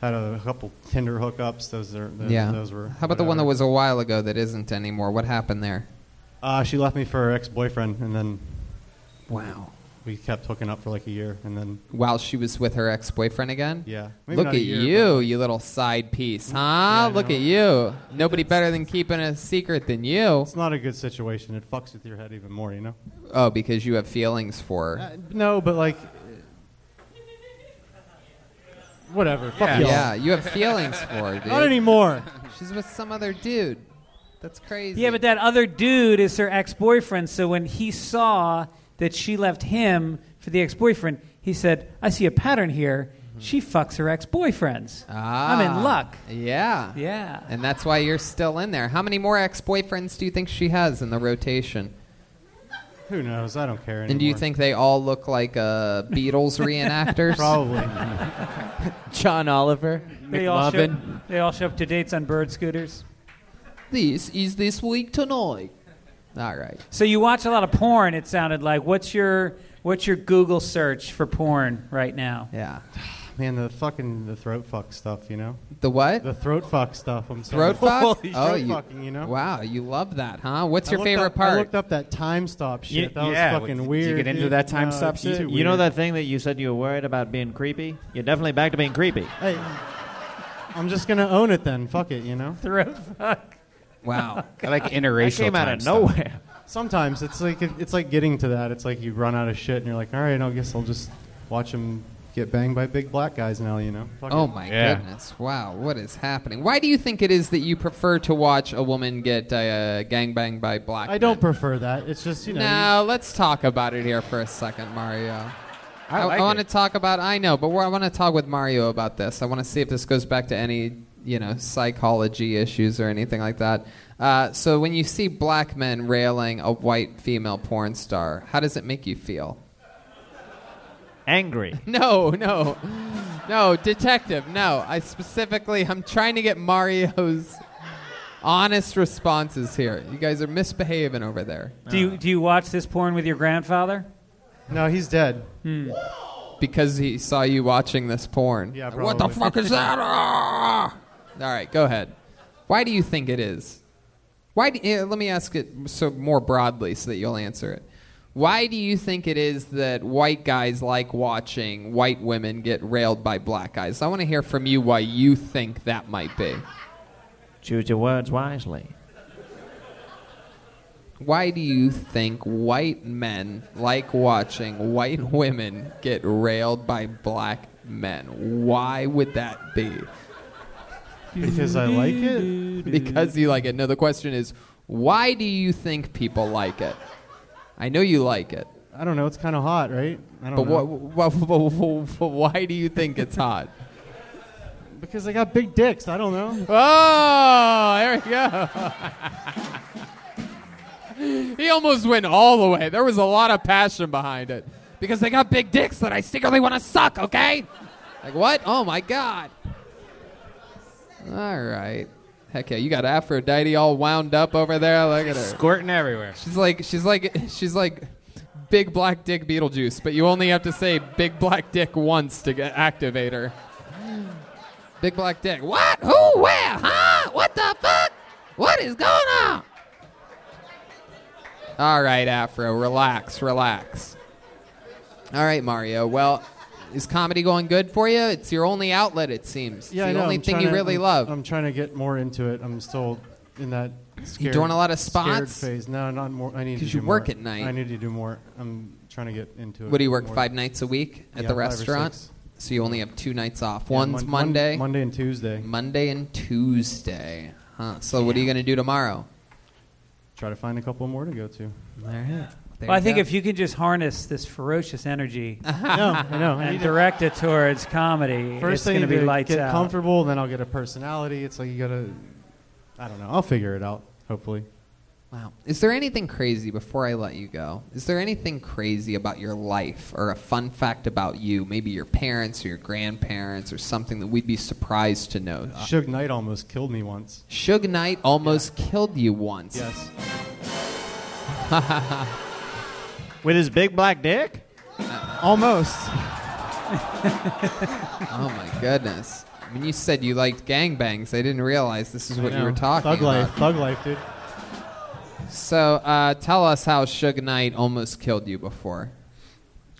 had a couple Tinder hookups. Those are those, yeah. those were. How about the one that was a while ago that isn't anymore? What happened there? Uh, she left me for her ex boyfriend, and then. Wow. We kept hooking up for like a year, and then While she was with her ex-boyfriend again? Yeah. Maybe Look not at a year, you, you little side piece, huh? Look at you. Nobody better than keeping a secret than you. it's not a good situation. It fucks with your head even more, you know. Oh, because you have feelings for her. Uh, no, but like. Whatever. Fuck yeah. y'all. you have feelings for her, [LAUGHS] dude. Not anymore. She's with some other dude. That's crazy. Yeah, but that other dude is her ex boyfriend. So when he saw that she left him for the ex boyfriend, he said, I see a pattern here. She fucks her ex boyfriends. I'm in Ah, luck. Yeah. Yeah. And that's why you're still in there. How many more ex-boyfriends do you think she has in the rotation? Who knows? I don't care anymore. And do you think they all look like [LAUGHS] uh, Beatles reenactors? [LAUGHS] Probably. John Oliver, They all, show, McLovin. they all show up to dates on bird scooters. This is this week tonight. All right. So you watch a lot of porn, it sounded like. What's your, what's your Google search for porn right now? Yeah. [SIGHS] Man, the fucking the throat fuck stuff, you know. The what? The throat fuck stuff. I'm sorry. Throat fuck? [LAUGHS] Holy oh, throat you, fucking, you know. Wow, you love that, huh? What's I your looked favorite up- I part? looked up that time stop shit. that was yeah, fucking did you weird. get into dude. that time No, stop it's shit? too You know weird. that thing that you said you were worried about being creepy? You're definitely back to being creepy. Hey, I'm just gonna own it then. Fuck it, you [LAUGHS] know. Throat fuck. Wow. I [LAUGHS] like interracial. Oh. came out time of stuff. nowhere. Sometimes it's like it's like getting to that. It's like you run out of shit and you're like, all right, I guess I'll just watch him get banged by big black guys now, you know. Fuck Oh it. my goodness! Wow, what is happening? Why do you think it is that you prefer to watch a woman get uh, gangbanged by black? I don't prefer that. It's just you know. Now let's talk about it here for a second, Mario. I like want to talk about. I know, but we're- I want to talk with Mario about this. I want to see if this goes back to any you know psychology issues or anything like that. Uh, so when you see black men railing a white female porn star, how does it make you feel? Angry. [LAUGHS] Oh, No, no, no, detective. No, I specifically, I'm trying to get Mario's honest responses here. You guys are misbehaving over there. Do you, do you watch this porn with your grandfather? No, he's dead. Because he saw you watching this porn. Yeah, What the probably. fuck [LAUGHS] is that? Ah! All right, go ahead. Why do you think it is? Why? Do, eh, let me ask it so more broadly, so that you'll answer it. Why do you think it is that white guys like watching white women get railed by black guys? I want to hear from you why you think that might be. Choose your words wisely. Why do you think white men like watching white women get railed by black men? Why would that be? Because I like it? [LAUGHS] Because you like it. No, the question is, why do you think people like it? I know you like it. [LAUGHS] I don't know. It's kind of hot, right? I don't but know. What, why do you think it's hot? Because they got big dicks. I don't know. Oh, there we go. he almost went all the way. There was a lot of passion behind it. Because they got big dicks that I secretly want to suck, okay? Like, what? Oh my God. All right. Heck yeah, you got Aphrodite all wound up over there. Look at her. Squirting everywhere. She's like, she's like, she's like big black dick Beetlejuice, but you only have to say big black dick once to get activate her. Big black dick. What? Who? Where? Huh? What the fuck? What is going on? All right, Afro, relax, relax. All right, Mario. Well, is comedy going good for you? It's your only outlet, it seems. It's Yeah, I the know. only I'm thing trying you to- really I'm- love. I'm trying to get more into it. I'm still in that. Scared, doing a lot of scared spots? phase. No, not more. I need 'Cause to do you work more. at night. I need to do more. I'm trying to get into it. What do you work more. five nights a week at Yeah, the five or restaurant? six. So you only have two nights off. Yeah, One's Mon- Mon- Monday. Monday and Tuesday. Monday and Tuesday. Huh. So what are you going to do tomorrow? Try to find a couple more to go to. All right. well, I think if you can just harness this ferocious [LAUGHS] energy I know. I need and to- direct it towards comedy, First it's thing going to be to lights get out. comfortable, then I'll get a personality. It's like you gotta. I don't know. I'll figure it out. Hopefully. Wow. Is there anything crazy before I let you go? Is there anything crazy about your life or a fun fact about you? Maybe your parents or your grandparents or something that we'd be surprised to know. Uh, Suge Knight almost killed me once. Suge Knight almost killed you once. [LAUGHS] Yes. [LAUGHS] With his big black dick? Uh, Almost. [LAUGHS] oh my goodness. When you said you liked gangbangs, I didn't realize this is I what you know. were talking Thug about. life. Thug life, dude. So uh, tell us how Suge Knight almost killed you before.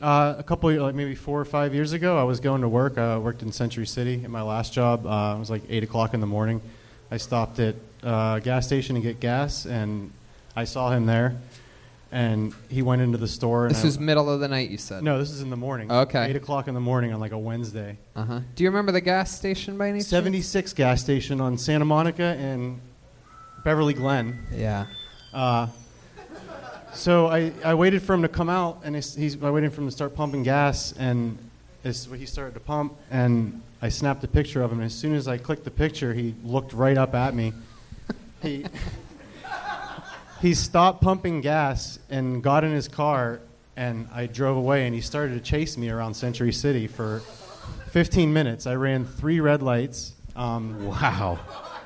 Uh, a couple, like maybe four or five years ago, I was going to work. I worked in Century City at my last job. Uh, it was like eight o'clock in the morning. I stopped at uh, a gas station to get gas, and I saw him there. And he went into the store. And This I- was middle of the night, you said. No, this is in the morning. Okay. Eight o'clock in the morning on like a Wednesday. Uh huh. Do you remember the gas station by any chance? 76 gas station on Santa Monica and Beverly Glen. Yeah. Uh, so I, I waited for him to come out, and he's, he's, I waited for him to start pumping gas, and as he started to pump, and I snapped a picture of him. And as soon as I clicked the picture, he looked right up at me. He, he stopped pumping gas and got in his car, and I drove away, and he started to chase me around Century City for 15 minutes. I ran three red lights. Um, wow.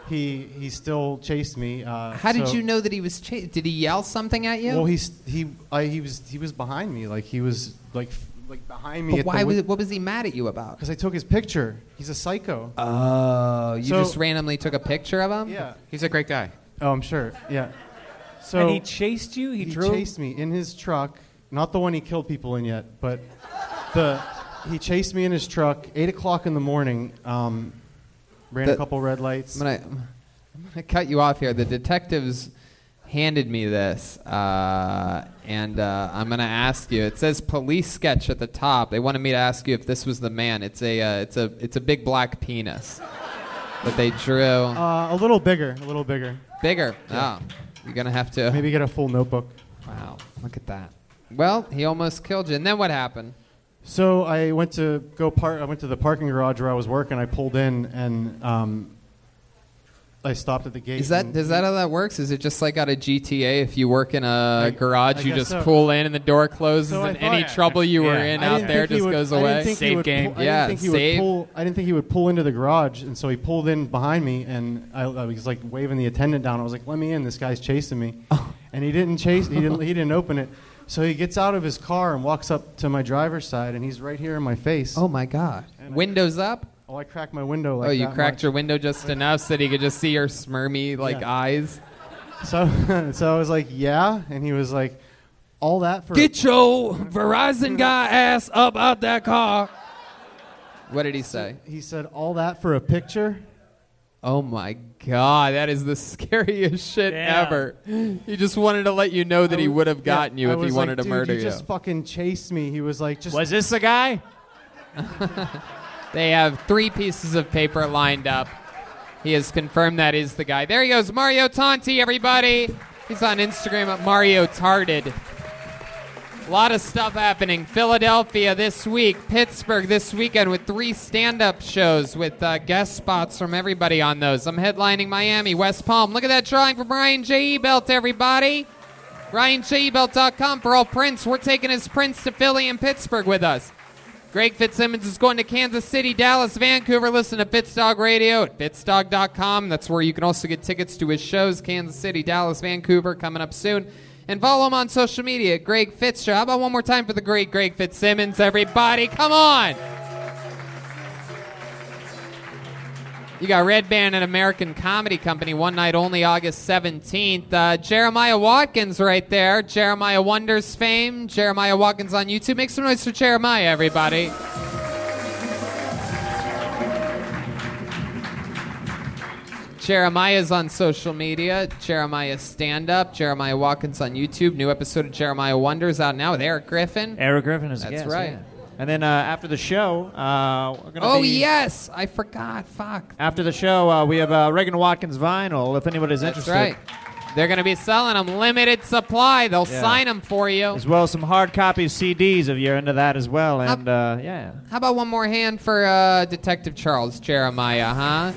He, he still chased me. Uh, How did so- you know that he was chased? Did he yell something at you? well, he's he I, he was he was behind me, like he was like f- like behind me. But why was- what was he mad at you about? Because I took his picture. He's a psycho. Oh, you So- just randomly took a picture of him? Yeah. He's a great guy. Oh, I'm sure. Yeah. So And he chased you? He drove- chased me in his truck. Not the one he killed people in yet, but the he chased me in his truck. Eight o'clock in the morning. Um, ran a The- couple red lights. I'm gonna, I'm gonna cut you off here. The detectives handed me this, uh, and uh, I'm gonna ask you. It says police sketch at the top. They wanted me to ask you if this was the man. It's a, uh, it's a, it's a big black penis that they drew. Uh, a little bigger. A little bigger. Bigger. Yeah. Oh, you're gonna have to. Maybe get a full notebook. Wow. Look at that. Well, he almost killed you. And then what happened? So I went to go park. I went to the parking garage where I was working. I pulled in and um, I stopped at the gate. Is that and- is that how that works? Is it just like out of GTA? If you work in a I- garage, I you guess just so. pull in and the door closes, So I and thought- any trouble you were Yeah. in I out didn't there think he just would- goes I didn't away. think he would pull- I didn't yeah, think he would save. pull- I didn't think he would pull into the garage, and so he pulled in behind me, and I, I was like waving the attendant down. I was like, "Let me in! This guy's chasing me," Oh. and he didn't chase. He didn't. He didn't open it. So he gets out of his car and walks up to my driver's side, and he's right here in my face. Oh my god! Windows up. Oh, I cracked my window. Like oh, you that cracked much. your window just enough so that he could just see your smirmy like Yeah. eyes. [LAUGHS] So, so I was like, "Yeah," and he was like, "All that for Get your Verizon guy ass up out that car." What did he say? He said, "All that for a picture." Oh my god, that is the scariest shit Yeah. ever. He just wanted to let you know that he would have gotten you I if he was wanted like, to "Dude, murder you you. just fucking chased me. He was like, just Was this the guy? They have three pieces of paper lined up. He has confirmed that is the guy. There he goes, Mario Tonti, everybody. He's on Instagram at Mario Tarded. A lot of stuff happening. Philadelphia this week, Pittsburgh this weekend with three stand up shows with uh, guest spots from everybody on those. I'm headlining Miami, West Palm. Look at that drawing from Ryan J. Belt, everybody. RyanJebelt.com for all prints. We're taking his prints to Philly and Pittsburgh with us. Greg Fitzsimmons is going to Kansas City, Dallas, Vancouver. Listen to Fitzdog Radio at fitzdog.com. That's where you can also get tickets to his shows, Kansas City, Dallas, Vancouver, coming up soon. And follow him on social media, at Greg Fitzshow. How about one more time for the great Greg Fitzsimmons, everybody? Come on! You got Red Band and American Comedy Company, one night only, August 17th. Uh, Jeremiah Watkins right there. Jeremiah Wonders fame. Jeremiah Watkins on YouTube. Make some noise for Jeremiah, everybody. Jeremiah's on social media. Jeremiah Stand Up. Jeremiah Watkins on YouTube. New episode of Jeremiah Wonders out now with Eric Griffin. Eric Griffin is a That's guest, right. yeah. And then uh, after the show, uh, we're gonna Oh, be- yes. I forgot. Fuck. After the show, uh, we have uh, Reagan Watkins vinyl. If anybody's That's interested, right. They're going to be selling them limited supply. They'll Yeah. sign them for you. as well as some hard copy CDs if you're into that as well. And uh, yeah, How about one more hand for uh, Detective Charles Jeremiah, huh?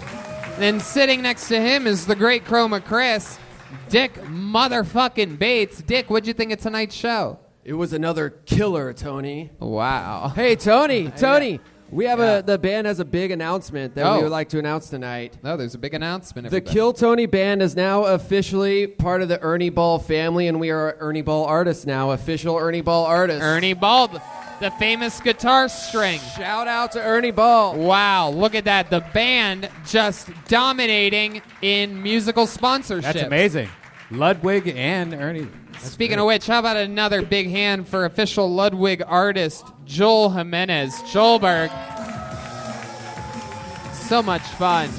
Then sitting next to him is the great Chroma Chris, Dick motherfucking Bates. Dick, what'd you think of tonight's show? It was another killer, Tony. Wow. Hey, [LAUGHS] Tony, Tony, we have a the band has a big announcement that we Oh. would like to announce tonight. No, there's a big announcement. The everybody. Kill Tony band is now officially part of the Ernie Ball family, and we are Ernie Ball artists now, official Ernie Ball artists. Ernie Ball, the, the famous guitar string. Shout out to Ernie Ball. Wow, look at that. The band just dominating in musical sponsorship. That's amazing. Ludwig and Ernie. That's Speaking great. of which, how about another big hand for official Ludwig artist Joel Jimenez Joelberg? So much fun.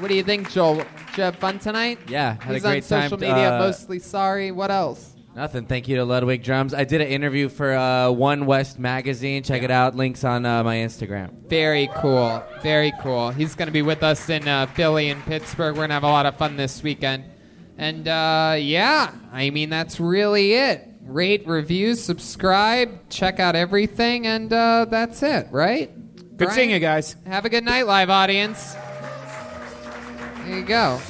What do you think, Joel? Did you have fun tonight? Yeah, had a He's on great time, social media. uh, mostly sorry. What else? Nothing. Thank you to Ludwig Drums. I did an interview for uh, One West magazine. Check it out. Links on uh, my Instagram. Very cool. Very cool. He's going to be with us in uh, Philly and Pittsburgh. We're going to have a lot of fun this weekend. And uh, yeah, I mean, that's really it. Rate, review, subscribe, check out everything, and uh, that's it, right? Good seeing you guys. Have a good night, live audience. There you go.